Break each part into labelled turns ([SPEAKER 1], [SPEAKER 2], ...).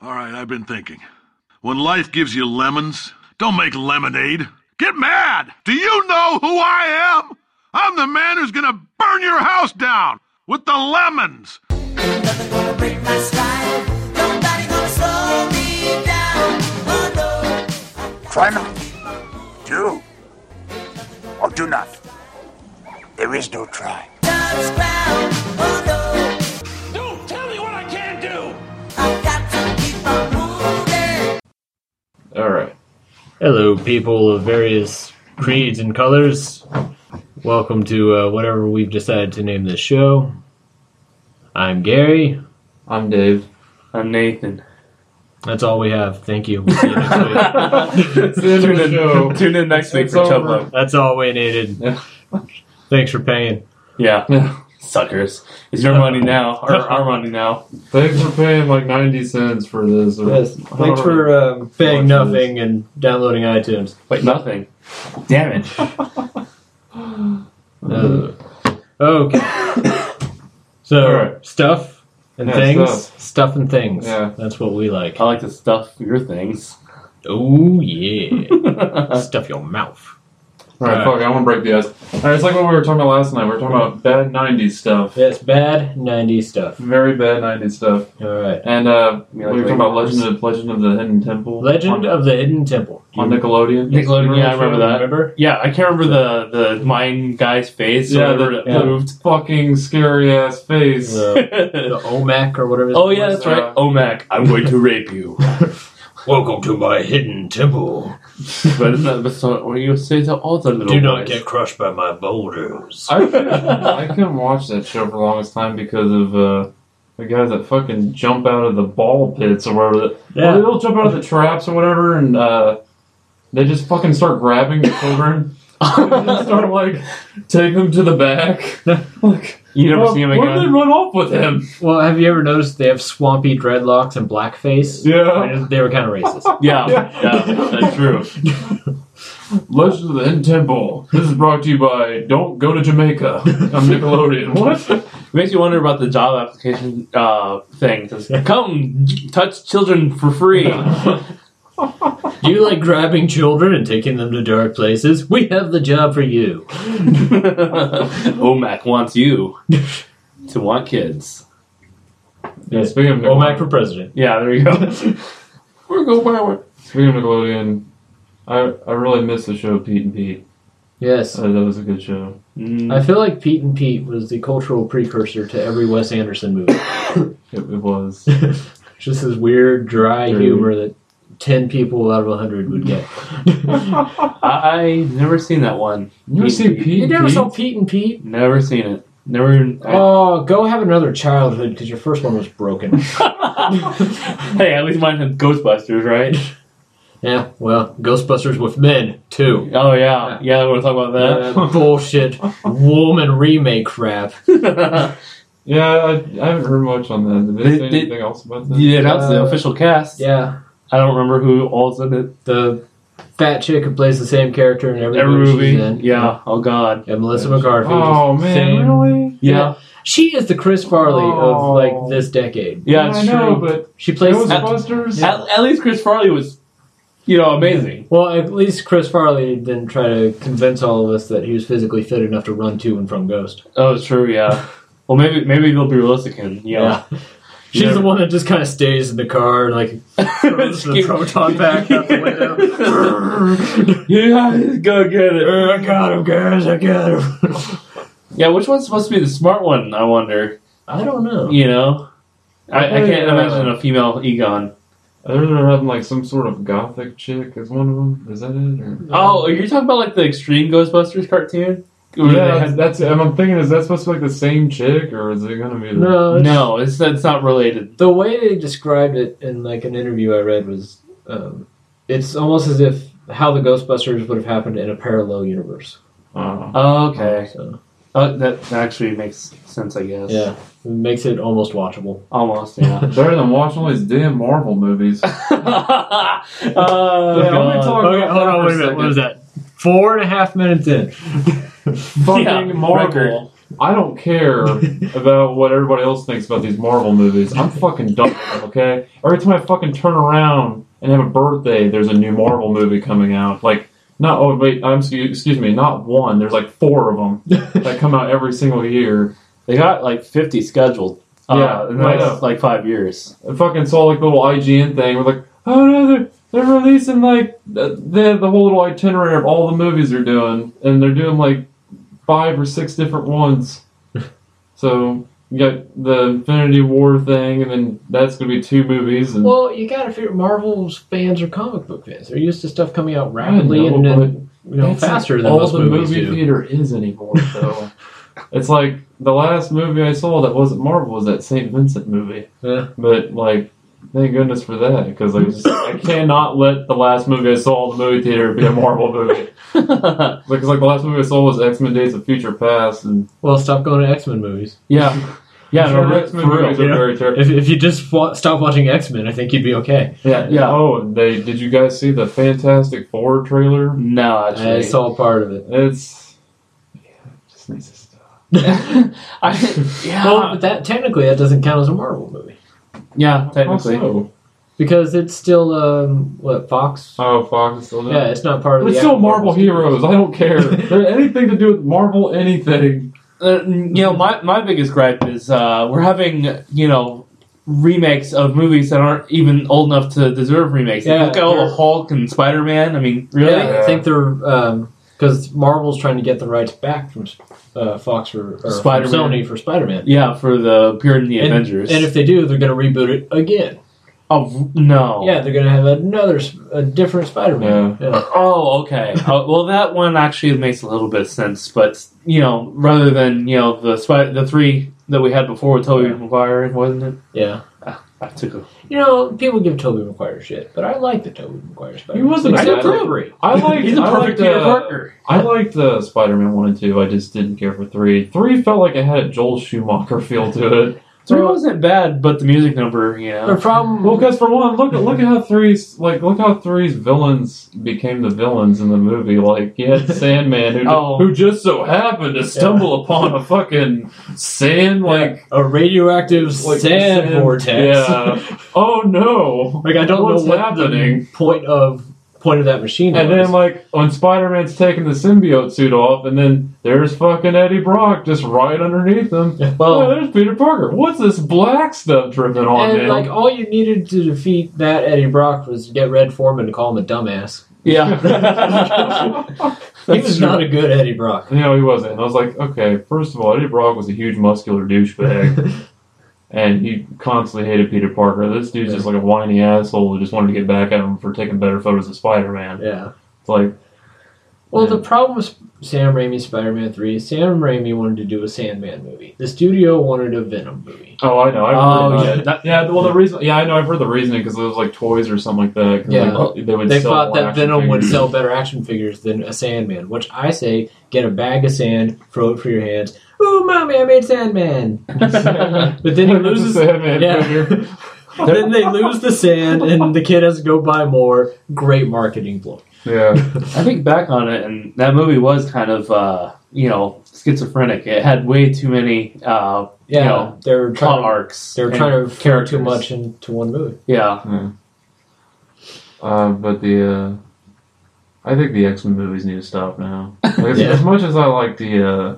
[SPEAKER 1] All right, I've been thinking. When life gives you lemons, don't make lemonade. Get mad! Do you know who I am? I'm the man who's gonna burn your house down with the lemons.
[SPEAKER 2] Nothing gonna break my stride. Nobody gonna slow me down. Oh no.
[SPEAKER 3] Try not. Do. Or do not. There is no try.
[SPEAKER 2] God's ground. Oh no.
[SPEAKER 4] Don't tell me what I can't do!
[SPEAKER 2] I've got to keep on moving.
[SPEAKER 5] All right. Hello, people of various creeds and colors. Welcome to uh, whatever we've decided to name this show. I'm Gary.
[SPEAKER 6] I'm Dave. I'm Nathan.
[SPEAKER 5] That's all we have. Thank you. We'll see you next week.
[SPEAKER 6] tune, in, tune in next week for Chub Love.
[SPEAKER 5] That's all we needed.
[SPEAKER 6] Yeah.
[SPEAKER 5] Thanks for paying.
[SPEAKER 6] Yeah. Suckers. It's your money now. Or our money now.
[SPEAKER 7] Thanks for paying like 90 cents for this. Or
[SPEAKER 5] Thanks for um, paying nothing and downloading iTunes.
[SPEAKER 6] Wait, nothing. Damn it.
[SPEAKER 5] Uh, okay. So,
[SPEAKER 7] All right.
[SPEAKER 5] stuff and
[SPEAKER 7] Yeah,
[SPEAKER 5] things. Stuff.
[SPEAKER 7] stuff.
[SPEAKER 5] and things.
[SPEAKER 7] Yeah.
[SPEAKER 5] That's what we like.
[SPEAKER 6] I like to stuff your things.
[SPEAKER 5] Oh, yeah.
[SPEAKER 6] Alright,
[SPEAKER 5] stuff your mouth.
[SPEAKER 7] Alright, fuck, I want to break the ice. Alright, it's like what we were talking about last night. We were talking about bad 90s stuff.
[SPEAKER 5] That's bad 90s stuff.
[SPEAKER 7] Very bad 90s stuff.
[SPEAKER 5] Alright.
[SPEAKER 7] And uh,
[SPEAKER 6] You
[SPEAKER 7] we
[SPEAKER 6] like
[SPEAKER 7] were talking about
[SPEAKER 6] Lakers?
[SPEAKER 7] Legend of, Legend of the Hidden Temple.
[SPEAKER 5] Legend
[SPEAKER 7] on,
[SPEAKER 5] of the Hidden Temple.
[SPEAKER 7] on Nickelodeon.
[SPEAKER 6] Nickelodeon, yeah, I
[SPEAKER 5] Remember
[SPEAKER 6] remember that.
[SPEAKER 5] Remember?
[SPEAKER 6] Yeah, I can't remember the, the mine guy's face.
[SPEAKER 7] Yeah,
[SPEAKER 6] Yeah,
[SPEAKER 7] the,
[SPEAKER 5] yeah.
[SPEAKER 7] the fucking scary ass face.
[SPEAKER 5] The, the OMAC or whatever.
[SPEAKER 6] oh, yeah, that's right. Omac, I'm going to rape you.
[SPEAKER 5] Welcome to my hidden temple.
[SPEAKER 6] but isn't that but so, when you say to all the little boys.
[SPEAKER 5] crushed by my boulders.
[SPEAKER 7] I, I couldn't watch that show for the longest time because of uh, the guys that fucking jump out of the ball pits or whatever. That,
[SPEAKER 5] Yeah.
[SPEAKER 7] well, they don't jump out of the traps or whatever, and uh, they just fucking start grabbing the children. and just start like take them to the back. Like,
[SPEAKER 6] You never
[SPEAKER 7] well,
[SPEAKER 6] see him
[SPEAKER 7] why did they
[SPEAKER 6] again?
[SPEAKER 7] run off with him?
[SPEAKER 5] Well, have you ever noticed they have swampy dreadlocks and blackface? I
[SPEAKER 7] Yeah.
[SPEAKER 5] mean, They were kind of racist.
[SPEAKER 6] Yeah, yeah,
[SPEAKER 7] Yeah.
[SPEAKER 6] that's true.
[SPEAKER 7] Legend of the Hidden Temple. This is brought to you by Don't Go to Jamaica. I'm Nickelodeon. What?
[SPEAKER 6] Makes you wonder about the job application uh, thing. It says, Come touch children for free.
[SPEAKER 5] Do you like grabbing children and taking them to dark places? We have the job for you.
[SPEAKER 6] OMAC wants you to want kids.
[SPEAKER 7] Yeah, speaking of
[SPEAKER 5] OMAC
[SPEAKER 7] Nickelodeon,
[SPEAKER 5] for president.
[SPEAKER 6] Yeah, there you go.
[SPEAKER 7] we're going backward. Speaking of Nickelodeon, I I really miss the show Pete and Pete.
[SPEAKER 5] Yes.
[SPEAKER 7] Uh, that was a good show.
[SPEAKER 6] Mm,
[SPEAKER 5] I feel like Pete and Pete was the cultural precursor to every Wes Anderson movie.
[SPEAKER 7] It, it was.
[SPEAKER 5] just this weird dry
[SPEAKER 7] True.
[SPEAKER 5] humor that 10 people out of 100 would get
[SPEAKER 6] I, I never seen that one.
[SPEAKER 7] You ever see Pete?
[SPEAKER 5] you
[SPEAKER 7] and
[SPEAKER 5] never
[SPEAKER 7] Pete?
[SPEAKER 5] saw pete and pete
[SPEAKER 6] Never seen it. Never.
[SPEAKER 5] oh go have another childhood because your first one was broken
[SPEAKER 6] hey, at least mine had Ghostbusters, right?
[SPEAKER 5] yeah well ghostbusters with men too
[SPEAKER 6] Oh yeah, yeah. We're talking about that.
[SPEAKER 5] That bullshit woman remake crap
[SPEAKER 7] Yeah, I, I haven't heard much on that. Did they,
[SPEAKER 6] They-
[SPEAKER 7] say
[SPEAKER 6] they-
[SPEAKER 7] anything else about that?
[SPEAKER 6] yeah, that's the
[SPEAKER 5] Uh,
[SPEAKER 6] official cast.
[SPEAKER 5] yeah
[SPEAKER 6] I don't remember who all's in it.
[SPEAKER 5] the fat chick who plays the same character in every,
[SPEAKER 6] Every movie.
[SPEAKER 5] she's in.
[SPEAKER 6] Yeah. Oh god.
[SPEAKER 5] and melissa mccarthy
[SPEAKER 7] Oh
[SPEAKER 5] just
[SPEAKER 7] man,
[SPEAKER 5] same-
[SPEAKER 7] really?
[SPEAKER 6] Yeah.
[SPEAKER 5] she is the chris farley
[SPEAKER 7] Oh.
[SPEAKER 5] of like this decade
[SPEAKER 6] Yeah, it's
[SPEAKER 7] I know,
[SPEAKER 6] true.
[SPEAKER 7] but
[SPEAKER 5] she plays
[SPEAKER 7] Ghostbusters.
[SPEAKER 6] At, at least Chris Farley was, you know, amazing.
[SPEAKER 5] Well, at least Chris Farley didn't try to convince all of us that he was physically fit enough to run to and from Ghost.
[SPEAKER 6] Oh, it's true. Yeah. Well, maybe maybe they'll be realistic and you know,
[SPEAKER 5] She's
[SPEAKER 6] Yeah.
[SPEAKER 5] the one that just kind of stays in the car and like throws the
[SPEAKER 6] Excuse-
[SPEAKER 5] proton pack out the window.
[SPEAKER 6] yeah, go get it.
[SPEAKER 5] I got him, guys! I got him.
[SPEAKER 6] Yeah, which one's supposed to be the smart one? I wonder.
[SPEAKER 5] I don't know.
[SPEAKER 6] You know, I, I can't
[SPEAKER 7] Yeah.
[SPEAKER 6] imagine a female Egon.
[SPEAKER 7] I heard they're having like some sort of gothic chick as one of them. Is that it? Or...
[SPEAKER 6] Oh, are you talking about like the Extreme Ghostbusters cartoon? Where
[SPEAKER 7] yeah,
[SPEAKER 6] they
[SPEAKER 7] that's,
[SPEAKER 6] had-
[SPEAKER 7] that's. and I'm thinking, is that supposed to be like the same chick, or is it gonna be? The...
[SPEAKER 5] No, it's-
[SPEAKER 6] no, it's that's not related.
[SPEAKER 5] The way they described it in like an interview I read was, um, it's almost as if how the Ghostbusters would have happened in a parallel universe.
[SPEAKER 7] Oh.
[SPEAKER 6] Oh, okay,
[SPEAKER 5] So
[SPEAKER 6] uh, that that actually makes sense, I guess.
[SPEAKER 5] yeah, it makes it almost watchable.
[SPEAKER 6] almost. Yeah.
[SPEAKER 7] Better than watching all these damn Marvel movies.
[SPEAKER 6] oh,
[SPEAKER 7] Yeah, I'm
[SPEAKER 6] God.
[SPEAKER 7] gonna talk
[SPEAKER 5] Okay,
[SPEAKER 7] about
[SPEAKER 5] hold
[SPEAKER 7] that
[SPEAKER 5] on,
[SPEAKER 7] for
[SPEAKER 5] wait a minute. What
[SPEAKER 7] second.
[SPEAKER 5] was that? Four and a half minutes in.
[SPEAKER 7] Fucking
[SPEAKER 6] Yeah,
[SPEAKER 7] Marvel.
[SPEAKER 6] record.
[SPEAKER 7] I don't care about what everybody else thinks about these Marvel movies. I'm fucking done with them, okay? Every time I fucking turn around and have a birthday, there's a new Marvel movie coming out. Like, not, oh, wait, I'm, excuse excuse me, not one. There's like four of them that come out every single year.
[SPEAKER 8] They got like 50 scheduled.
[SPEAKER 7] Yeah,
[SPEAKER 8] Uh, in the
[SPEAKER 7] I
[SPEAKER 8] next,
[SPEAKER 7] know.
[SPEAKER 8] like five years.
[SPEAKER 7] I fucking saw like the little IGN thing. We're like, oh no, they're they're releasing like the the whole little itinerary of all the movies they're doing, and they're doing like five or six different ones. so you got the Infinity War thing, and then that's gonna be two movies. And
[SPEAKER 5] Well, you gotta figure Marvel's fans are comic book fans. They're used to stuff coming out
[SPEAKER 7] I don't
[SPEAKER 5] rapidly
[SPEAKER 7] know,
[SPEAKER 5] and,
[SPEAKER 7] but
[SPEAKER 5] and you know,
[SPEAKER 7] that's not
[SPEAKER 5] faster than
[SPEAKER 7] all
[SPEAKER 5] most
[SPEAKER 7] the
[SPEAKER 5] movies
[SPEAKER 7] movie
[SPEAKER 5] do.
[SPEAKER 7] theater is anymore. So it's like the last movie I saw that wasn't Marvel was that Saint Vincent movie.
[SPEAKER 5] Yeah.
[SPEAKER 7] But like, thank goodness for that because I just I cannot let the last movie I saw in the movie theater be a Marvel movie. Because like the last movie I saw was X Men: Days of Future Past, and
[SPEAKER 5] Well, stop going to X Men movies.
[SPEAKER 6] Yeah. Yeah,
[SPEAKER 7] Sure,
[SPEAKER 6] no,
[SPEAKER 7] X-Men
[SPEAKER 6] for real.
[SPEAKER 7] movies are
[SPEAKER 5] Yeah.
[SPEAKER 7] very terrible.
[SPEAKER 5] If, if you just wa- stop watching X Men, I think you'd be okay.
[SPEAKER 7] Yeah,
[SPEAKER 6] yeah.
[SPEAKER 7] Oh, and they did you guys see the Fantastic Four trailer?
[SPEAKER 6] No, actually.
[SPEAKER 5] I saw part of it.
[SPEAKER 7] It's yeah, it just needs to stop.
[SPEAKER 6] I, yeah.
[SPEAKER 5] Well, but that technically that doesn't count as a Marvel movie
[SPEAKER 6] yeah, technically.
[SPEAKER 7] Also-
[SPEAKER 5] because it's still um, what Fox.
[SPEAKER 7] oh, Fox is still doing.
[SPEAKER 5] Yeah, it's not part of.
[SPEAKER 7] But it's
[SPEAKER 5] the
[SPEAKER 7] still
[SPEAKER 5] actual
[SPEAKER 7] Marvel
[SPEAKER 5] Studios.
[SPEAKER 7] heroes. I don't care. They're anything to do with Marvel, anything.
[SPEAKER 6] Uh, you know, my, my biggest gripe is uh, we're having, you know, remakes of movies that aren't even old enough to deserve remakes.
[SPEAKER 5] Yeah,
[SPEAKER 6] Look at all
[SPEAKER 5] they're-
[SPEAKER 6] the Hulk and Spider Man. I mean, really?
[SPEAKER 5] Yeah, I think they're because Marvel's trying to get the rights back from uh, Fox or, or from
[SPEAKER 6] Spider-Man.
[SPEAKER 5] Sony for Spider Man.
[SPEAKER 6] Yeah, for the period in the Avengers.
[SPEAKER 5] and if they do, they're going to reboot it again.
[SPEAKER 6] oh no.
[SPEAKER 5] Yeah, they're going to have another s- a different Spider Man.
[SPEAKER 6] Oh, okay. uh, well, that one actually makes a little bit of sense, but you know, rather than you know the spi- the three that we had before with Tobey
[SPEAKER 5] Yeah.
[SPEAKER 6] Maguire, wasn't it?
[SPEAKER 5] yeah.
[SPEAKER 6] I took a-
[SPEAKER 5] You know, people give Toby McGuire shit, but I like the Toby McGuire Spider.
[SPEAKER 7] wasn't
[SPEAKER 5] I
[SPEAKER 7] a bad- I like.
[SPEAKER 6] He's a
[SPEAKER 7] I
[SPEAKER 6] perfect
[SPEAKER 7] liked,
[SPEAKER 6] Peter
[SPEAKER 7] uh,
[SPEAKER 6] Parker.
[SPEAKER 7] I liked uh, Spider-Man one and two. I just didn't care for three. Three felt like it had a Joel Schumacher feel to it.
[SPEAKER 6] Three wasn't bad, but the music number, you
[SPEAKER 5] The
[SPEAKER 6] know,
[SPEAKER 5] problem.
[SPEAKER 7] Well, because for one, look at look at how three's like look how three's villains became the villains in the movie. Like you had Sandman who
[SPEAKER 6] Oh.
[SPEAKER 7] who just so happened to stumble upon a fucking sand like
[SPEAKER 5] a radioactive
[SPEAKER 7] like
[SPEAKER 5] sand, vortex.
[SPEAKER 7] Yeah. oh no.
[SPEAKER 5] Like I don't
[SPEAKER 7] What's
[SPEAKER 5] know what
[SPEAKER 7] happening?
[SPEAKER 5] the point of point of that machine
[SPEAKER 7] And
[SPEAKER 5] was.
[SPEAKER 7] then, like, when Spider Man's taking the symbiote suit off, and then there's fucking Eddie Brock just right underneath him.
[SPEAKER 6] well-
[SPEAKER 7] oh, there's Peter Parker. What's this black stuff dripping on
[SPEAKER 5] and
[SPEAKER 7] him?
[SPEAKER 5] like all you needed to defeat that Eddie Brock was to get Red Foreman to call him a dumbass.
[SPEAKER 6] yeah.
[SPEAKER 5] he was not a good Eddie Brock.
[SPEAKER 7] no, he wasn't. And I was like, okay, first of all, Eddie Brock was a huge muscular douchebag, and he constantly hated Peter Parker. This dude's just like a whiny asshole who just wanted to get back at him for taking better photos of Spider Man.
[SPEAKER 5] Yeah.
[SPEAKER 7] It's like,
[SPEAKER 5] Well,
[SPEAKER 7] Yeah.
[SPEAKER 5] the problem with Sam Raimi's Spider-Man Three, is Sam Raimi wanted to do a Sandman movie. The studio wanted a Venom movie.
[SPEAKER 7] Oh, I know. I've
[SPEAKER 6] Oh,
[SPEAKER 7] heard about
[SPEAKER 6] yeah.
[SPEAKER 7] it. yeah. Well, the reason, yeah, I know. I've heard the reasoning because it was like toys or something like that. 'cause,
[SPEAKER 5] Yeah.
[SPEAKER 7] like, they would.
[SPEAKER 5] They
[SPEAKER 7] sell
[SPEAKER 5] thought that
[SPEAKER 7] action
[SPEAKER 5] Venom would
[SPEAKER 7] figures.
[SPEAKER 5] sell better action figures than a Sandman, which I say, get a bag of sand, throw it for your hands. Ooh, mommy, I made Sandman. But then he
[SPEAKER 7] That's a
[SPEAKER 5] loses.
[SPEAKER 7] Sandman
[SPEAKER 5] yeah.
[SPEAKER 7] figure.
[SPEAKER 5] then they lose the sand, and the kid has to go buy more. Great marketing blow.
[SPEAKER 7] yeah.
[SPEAKER 6] I think back on it, and that movie was kind of, uh, you know, schizophrenic. It had way too many uh,
[SPEAKER 5] Yeah,
[SPEAKER 6] Yeah.
[SPEAKER 5] they're
[SPEAKER 6] plot
[SPEAKER 5] trying. To,
[SPEAKER 6] arcs.
[SPEAKER 5] they're
[SPEAKER 6] and
[SPEAKER 5] trying to carry
[SPEAKER 6] characters.
[SPEAKER 5] too much into one movie.
[SPEAKER 6] Yeah.
[SPEAKER 7] Uh, but the, uh, I think the X Men movies need to stop now. Like, as,
[SPEAKER 5] Yeah.
[SPEAKER 7] as much as I like the, uh,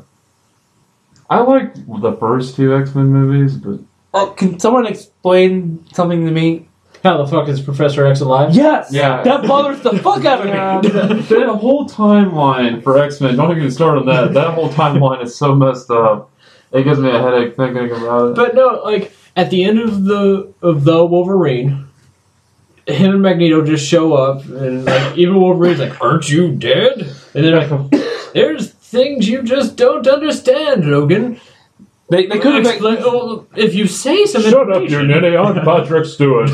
[SPEAKER 7] I like the first two X Men movies, but
[SPEAKER 6] Uh, can someone explain something to me?
[SPEAKER 5] How the fuck is Professor X alive?
[SPEAKER 6] Yes.
[SPEAKER 7] Yeah.
[SPEAKER 6] That bothers the fuck out of me.
[SPEAKER 7] Yeah, that, that whole timeline for X Men. Don't even start on that. That whole timeline is so messed up. It gives me a headache thinking about it.
[SPEAKER 5] But no, like at the end of the of the Wolverine, him and Magneto just show up, and like even Wolverine's like, "Aren't you dead?" And they're like, "There's things you just don't understand, Logan.
[SPEAKER 6] They, they could have
[SPEAKER 5] Ex- like, oh, if you say something."
[SPEAKER 7] ninny. I'm Patrick Stewart.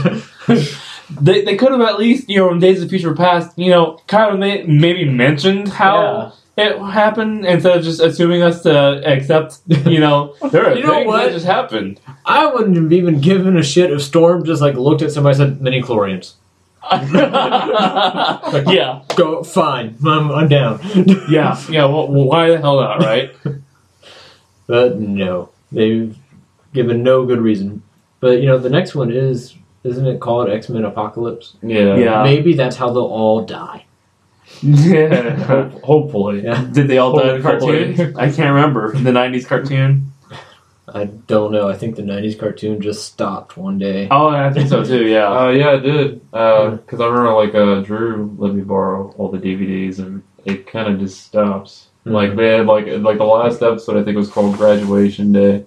[SPEAKER 6] they, they could have at least you know in Days of Future Past you know kind of may, maybe mentioned how it happened instead of just assuming us to accept you know there are
[SPEAKER 5] You know
[SPEAKER 6] things
[SPEAKER 5] what?
[SPEAKER 6] that just happened.
[SPEAKER 5] I wouldn't have even given a shit if Storm just like looked at somebody and said, "Mini chlorians."
[SPEAKER 6] yeah,
[SPEAKER 5] Go fine. I'm, I'm down.
[SPEAKER 6] yeah, yeah. Well, well, why the hell not, right?
[SPEAKER 5] But no, they've given no good reason. But you know, the next one is isn't it called X Men Apocalypse?
[SPEAKER 7] Yeah.
[SPEAKER 6] Yeah.
[SPEAKER 5] Maybe that's how they'll all die.
[SPEAKER 6] Yeah.
[SPEAKER 7] Ho- hopefully.
[SPEAKER 5] Yeah,
[SPEAKER 6] Did they all die in the
[SPEAKER 7] Hopefully.
[SPEAKER 6] cartoon? I can't remember. The 90s cartoon?
[SPEAKER 5] I don't know. I think the '90s cartoon just stopped one day.
[SPEAKER 6] Oh, I think so too, yeah.
[SPEAKER 7] Uh, yeah, I did. Because I remember, like, uh, Drew let me borrow all the DVDs, and it kind of just stops.
[SPEAKER 6] Mm-hmm.
[SPEAKER 7] Like, they had, like, like the last episode, I think, was called Graduation Day.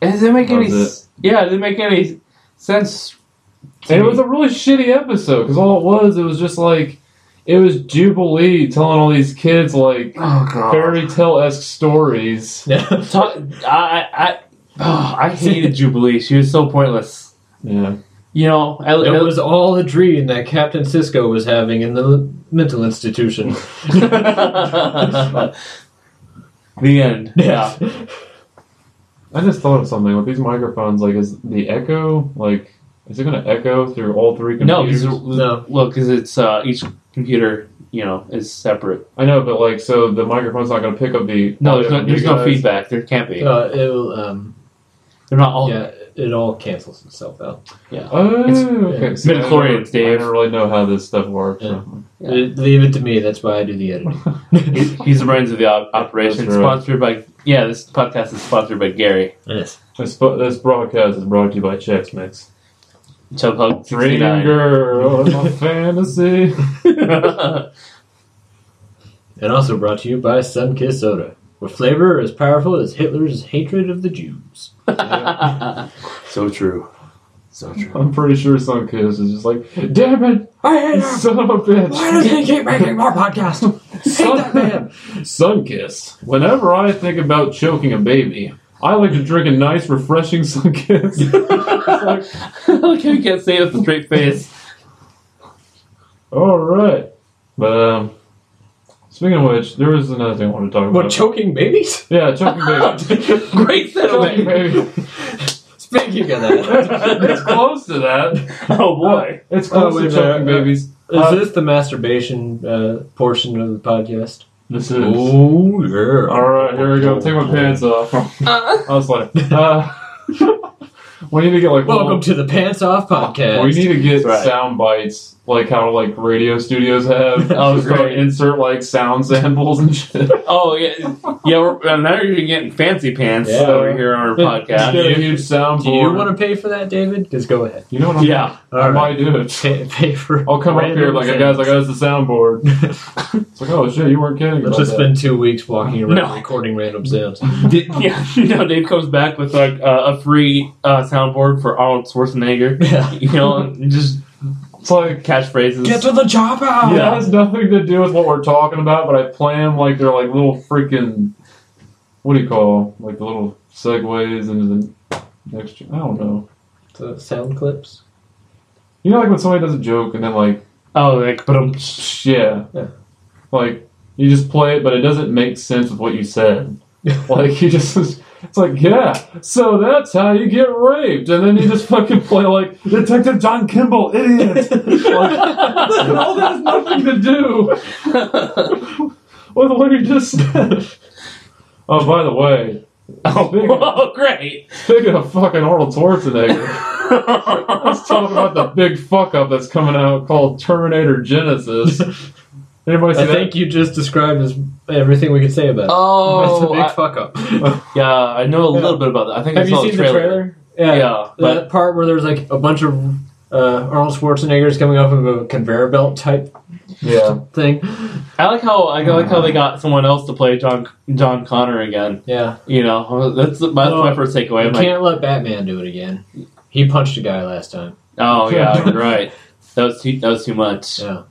[SPEAKER 6] It doesn't make any.
[SPEAKER 7] Was
[SPEAKER 6] s- Yeah, it doesn't make any sense. to
[SPEAKER 7] And it
[SPEAKER 6] me.
[SPEAKER 7] was a really shitty episode, because all it was, it was just, like, it was Jubilee telling all these kids, like,
[SPEAKER 6] Oh god.
[SPEAKER 7] fairy tale esque stories.
[SPEAKER 6] Talk, I I oh, I hated Jubilee. She was so pointless.
[SPEAKER 7] Yeah.
[SPEAKER 6] You know, I,
[SPEAKER 5] It
[SPEAKER 6] I-
[SPEAKER 5] was all a dream that Captain Cisco was having in the mental institution.
[SPEAKER 6] the end. Yeah.
[SPEAKER 5] Uh,
[SPEAKER 7] I just thought of something with these microphones. Like, is the echo like is it going to echo through all three
[SPEAKER 6] No,
[SPEAKER 7] computers?
[SPEAKER 6] because
[SPEAKER 5] No.
[SPEAKER 6] look, because it's uh, each computer, you know, is separate.
[SPEAKER 7] I know, but like, so the microphone's not going to pick up the
[SPEAKER 6] No,
[SPEAKER 7] audio
[SPEAKER 6] there's no,
[SPEAKER 7] from you
[SPEAKER 6] there's no
[SPEAKER 7] guys?
[SPEAKER 6] feedback. There can't be.
[SPEAKER 5] Uh, it will, um,
[SPEAKER 6] They're not all.
[SPEAKER 5] yeah, it all cancels itself out.
[SPEAKER 7] Oh,
[SPEAKER 6] It's-
[SPEAKER 7] okay.
[SPEAKER 5] it's
[SPEAKER 7] See, I don't-
[SPEAKER 6] midichlorians,
[SPEAKER 7] I
[SPEAKER 6] Dave.
[SPEAKER 7] don't really know how this stuff works. so.
[SPEAKER 6] Yeah.
[SPEAKER 5] Uh, Leave it to me. That's why I do the editing.
[SPEAKER 6] He's, he's the brains of the op- operation.
[SPEAKER 7] That's right.
[SPEAKER 6] Sponsored by. Yeah, this podcast is sponsored by Gary.
[SPEAKER 5] yes.
[SPEAKER 7] This, bu- this broadcast is brought to you by Chex Mix.
[SPEAKER 6] Chub Hug
[SPEAKER 7] Dream
[SPEAKER 6] 69.
[SPEAKER 7] girl, my fantasy.
[SPEAKER 5] And also brought to you by Sunkiss Soda, with flavor as powerful as Hitler's hatred of the Jews.
[SPEAKER 6] so true. So true.
[SPEAKER 7] I'm pretty sure some kids is just like, damn it, son of a bitch.
[SPEAKER 5] they keep making more podcasts?
[SPEAKER 7] Sun, Sunkiss. Whenever I think about choking a baby, I like to drink a nice, refreshing Sunkiss.
[SPEAKER 6] Look how you can't say it with a straight face.
[SPEAKER 7] All right, but um, speaking of which, there was another thing I wanted to talk
[SPEAKER 5] What
[SPEAKER 7] about.
[SPEAKER 5] choking babies?
[SPEAKER 7] yeah, choking baby.
[SPEAKER 6] Great
[SPEAKER 7] choking
[SPEAKER 6] settlement.
[SPEAKER 7] baby.
[SPEAKER 5] Speaking of that,
[SPEAKER 7] it's close to that. Uh,
[SPEAKER 6] Oh boy.
[SPEAKER 7] It's
[SPEAKER 5] Oh,
[SPEAKER 7] close
[SPEAKER 5] wait
[SPEAKER 7] to Uh,
[SPEAKER 5] a
[SPEAKER 7] choking
[SPEAKER 5] minute.
[SPEAKER 7] babies.
[SPEAKER 5] is this the masturbation uh, portion of the podcast?
[SPEAKER 7] This is.
[SPEAKER 5] Oh yeah.
[SPEAKER 7] All right, here we go. Take my pants off. I was like, uh, we need to get like
[SPEAKER 5] Welcome
[SPEAKER 7] little-
[SPEAKER 5] to the Pants Off podcast.
[SPEAKER 7] We need to get
[SPEAKER 6] That's right.
[SPEAKER 7] sound bites, like how like radio studios have.
[SPEAKER 6] Oh,
[SPEAKER 7] Just kinda
[SPEAKER 6] great.
[SPEAKER 7] Insert like sound samples and shit.
[SPEAKER 6] Oh yeah, yeah. We're, uh, now you're getting fancy pants
[SPEAKER 5] Yeah.
[SPEAKER 6] over here on our
[SPEAKER 7] Just
[SPEAKER 6] podcast.
[SPEAKER 7] get a huge soundboard.
[SPEAKER 5] do you want to pay for that, David? Because go ahead.
[SPEAKER 7] You know what? I'm
[SPEAKER 6] yeah,
[SPEAKER 7] I
[SPEAKER 5] All right.
[SPEAKER 7] might do it.
[SPEAKER 5] Pay, pay for.
[SPEAKER 7] I'll come up
[SPEAKER 5] random
[SPEAKER 7] here like a guy's like, "Oh, it's the soundboard." it's like, "Oh shit, you weren't kidding."
[SPEAKER 5] Let's
[SPEAKER 7] About
[SPEAKER 5] just
[SPEAKER 7] that.
[SPEAKER 5] spend two weeks walking around
[SPEAKER 6] No.
[SPEAKER 5] recording random sounds.
[SPEAKER 6] Did, yeah. No, Dave comes back with like uh, a free uh, soundboard for Arnold Schwarzenegger.
[SPEAKER 5] Yeah.
[SPEAKER 6] You know, and just
[SPEAKER 7] It's like
[SPEAKER 6] catchphrases.
[SPEAKER 5] the job out.
[SPEAKER 7] it has Oh, nothing to do with what we're talking about, but I play them like they're like little freaking. What do you call 'em? like the little segues into the next? I don't know.
[SPEAKER 5] So, sound clips.
[SPEAKER 7] You know, like when somebody does a joke and then like.
[SPEAKER 6] oh, like but um,
[SPEAKER 7] Yeah.
[SPEAKER 5] Yeah.
[SPEAKER 7] Like you just play it, but it doesn't make sense with what you said. like you just it's like yeah. So that's how you get raped, and then you just fucking play like Detective John Kimball, idiot. like, all that has nothing to do with what you just said. Oh, by the way,
[SPEAKER 6] oh, great.
[SPEAKER 7] speaking of fucking Arnold Schwarzenegger, let's talk about the big fuck up that's coming out called Terminator Genesis. Anybody see
[SPEAKER 5] I
[SPEAKER 7] that?
[SPEAKER 5] think you just described as everything we could say about it. That's a
[SPEAKER 6] Oh,
[SPEAKER 5] big
[SPEAKER 6] I,
[SPEAKER 5] fuck up.
[SPEAKER 6] yeah. I know a little bit about that. I think
[SPEAKER 5] Have
[SPEAKER 6] I
[SPEAKER 5] you
[SPEAKER 6] saw
[SPEAKER 5] seen
[SPEAKER 6] the trailer.
[SPEAKER 5] Yeah.
[SPEAKER 6] Yeah, but
[SPEAKER 5] that part where there's like a bunch of uh, Arnold Schwarzeneggers coming off of a conveyor belt type
[SPEAKER 7] Yeah.
[SPEAKER 5] thing.
[SPEAKER 6] I like how I like how
[SPEAKER 5] Mm-hmm.
[SPEAKER 6] they got someone else to play John John Connor again.
[SPEAKER 5] Yeah.
[SPEAKER 6] You know, that's that's my
[SPEAKER 5] Well,
[SPEAKER 6] first takeaway.
[SPEAKER 5] Oh, You
[SPEAKER 6] I'm like,
[SPEAKER 5] can't let Batman do it again. He punched a guy last time.
[SPEAKER 6] oh yeah, you're right. That was too, that was too much.
[SPEAKER 5] Yeah.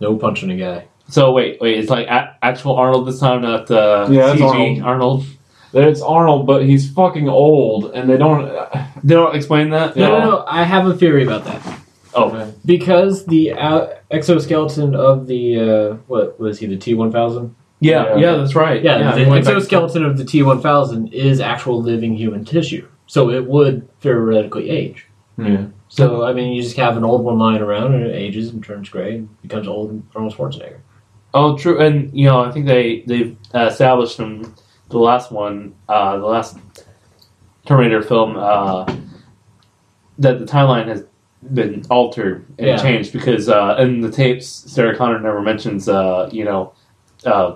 [SPEAKER 5] No punching a guy.
[SPEAKER 6] So wait, wait, it's like a- actual Arnold this time, not uh,
[SPEAKER 7] Yeah, it's
[SPEAKER 6] CG Arnold.
[SPEAKER 7] It's Arnold, but he's fucking old, and they don't.
[SPEAKER 6] They don't explain that.
[SPEAKER 5] No, no, no. I have a theory about that.
[SPEAKER 6] Oh,
[SPEAKER 5] Because the uh, exoskeleton of the, uh, what was he, the T 1000?
[SPEAKER 6] yeah, yeah,
[SPEAKER 7] Yeah.
[SPEAKER 6] that's right.
[SPEAKER 5] Yeah,
[SPEAKER 6] they
[SPEAKER 5] the
[SPEAKER 6] went back-
[SPEAKER 5] exoskeleton of the T1000 is actual living human tissue, so it would theoretically age.
[SPEAKER 7] Yeah.
[SPEAKER 6] Hmm.
[SPEAKER 5] So I mean, you just have an old one lying around, and it ages and turns gray and becomes old Arnold Schwarzenegger.
[SPEAKER 6] Oh, true, and you know, I think they they uh, established from the last one, uh, the last Terminator film, uh, that the timeline has been altered and
[SPEAKER 5] Yeah.
[SPEAKER 6] changed because uh, in the tapes, Sarah Connor never mentions, uh, you know, uh,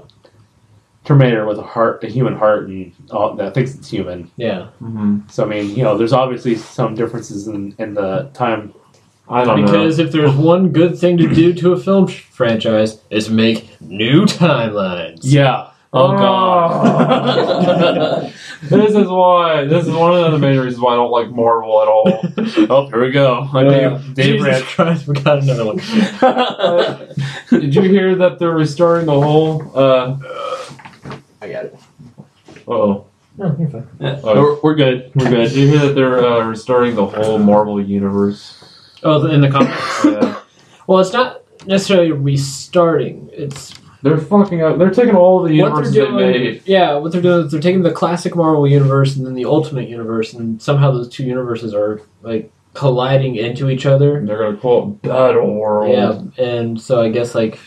[SPEAKER 6] Terminator with a heart, a human heart, and all, that thinks it's human.
[SPEAKER 5] Yeah.
[SPEAKER 7] hmm
[SPEAKER 6] So I mean, you know, there's obviously some differences in, in the time.
[SPEAKER 7] I don't know.
[SPEAKER 5] Because if there's one good thing to do to a film sh- franchise is make new timelines.
[SPEAKER 6] Yeah. Oh, god.
[SPEAKER 7] Ah. This is why. This is one of the main reasons why I don't like Marvel at all.
[SPEAKER 6] oh, here we go. My
[SPEAKER 5] Uh,
[SPEAKER 6] Dave, Dave
[SPEAKER 5] Jesus
[SPEAKER 6] rant.
[SPEAKER 5] Christ, we got another one.
[SPEAKER 7] Uh, Did you hear that they're restoring the whole? Uh
[SPEAKER 8] I got it.
[SPEAKER 7] oh.
[SPEAKER 5] No, you're fine.
[SPEAKER 6] we're, we're good.
[SPEAKER 7] Did
[SPEAKER 6] We're good.
[SPEAKER 7] you hear that they're uh, restoring the whole Marvel universe? Uh,
[SPEAKER 5] Oh, in the comics.
[SPEAKER 7] Yeah.
[SPEAKER 5] well, it's not necessarily restarting. It's
[SPEAKER 7] They're fucking up. They're taking all the universes they made.
[SPEAKER 5] yeah, what they're doing is they're taking the classic Marvel universe and then the Ultimate universe, and somehow those two universes are like colliding into each other.
[SPEAKER 7] And they're gonna call it Battle World.
[SPEAKER 5] Yeah, and so I guess like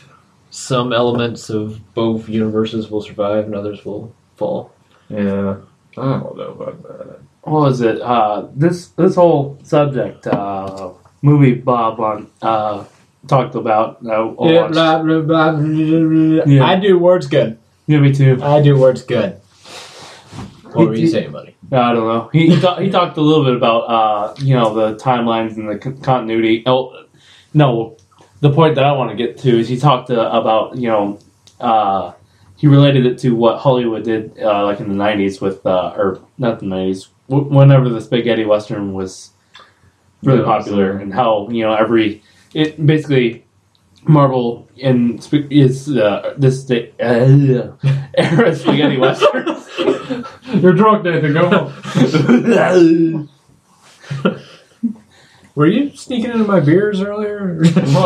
[SPEAKER 5] some elements of both universes will survive and others will fall.
[SPEAKER 7] Yeah. I don't know about that.
[SPEAKER 6] What was it? Uh, this this whole subject uh, movie Bob on uh, talked about. Uh, I
[SPEAKER 5] Yeah,
[SPEAKER 6] watched.
[SPEAKER 5] blah, blah, blah, blah, blah, blah.
[SPEAKER 6] Yeah.
[SPEAKER 5] I do words good.
[SPEAKER 6] yeah, me too.
[SPEAKER 5] I do words good. What were you
[SPEAKER 6] He-
[SPEAKER 5] saying, buddy?
[SPEAKER 6] I don't know. He he, ta- he talked a little bit about uh, you know the timelines and the c- continuity. Oh, no, the point that I want to get to is he talked uh, about you know uh, he related it to what Hollywood did uh, like in the '90s with uh, or not the '90s w- whenever the spaghetti western was really
[SPEAKER 7] Yeah,
[SPEAKER 6] popular and how you know every it basically Marvel and sp- is uh, this day, uh, era of spaghetti westerns.
[SPEAKER 7] You're drunk, Nathan. Go home.
[SPEAKER 5] Were you sneaking into my beers earlier? if I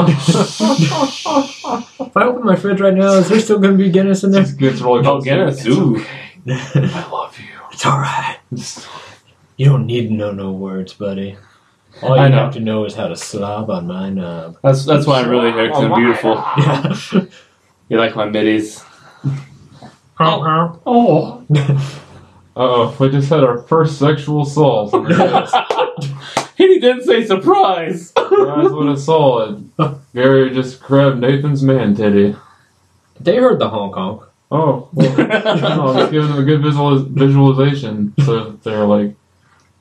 [SPEAKER 5] open my fridge right now, is there still going to be Guinness in there?
[SPEAKER 7] This gets really
[SPEAKER 6] Oh, Guinness. Ooh.
[SPEAKER 5] I love you. It's all right. You don't need to know no words, buddy. All you
[SPEAKER 6] I know.
[SPEAKER 5] have to know is how to slob on my knob.
[SPEAKER 6] That's that's why I really hair so
[SPEAKER 5] Oh
[SPEAKER 6] beautiful.
[SPEAKER 5] Yeah.
[SPEAKER 6] You like my middies?
[SPEAKER 7] Oh. Uh-oh, we just had our first sexual assault. That's
[SPEAKER 6] he didn't say surprise.
[SPEAKER 7] what I saw. And Gary just grabbed Nathan's man titty.
[SPEAKER 5] they heard the Hong Kong.
[SPEAKER 7] Oh, well, no, I was giving them a good visual- visualization, so they're like,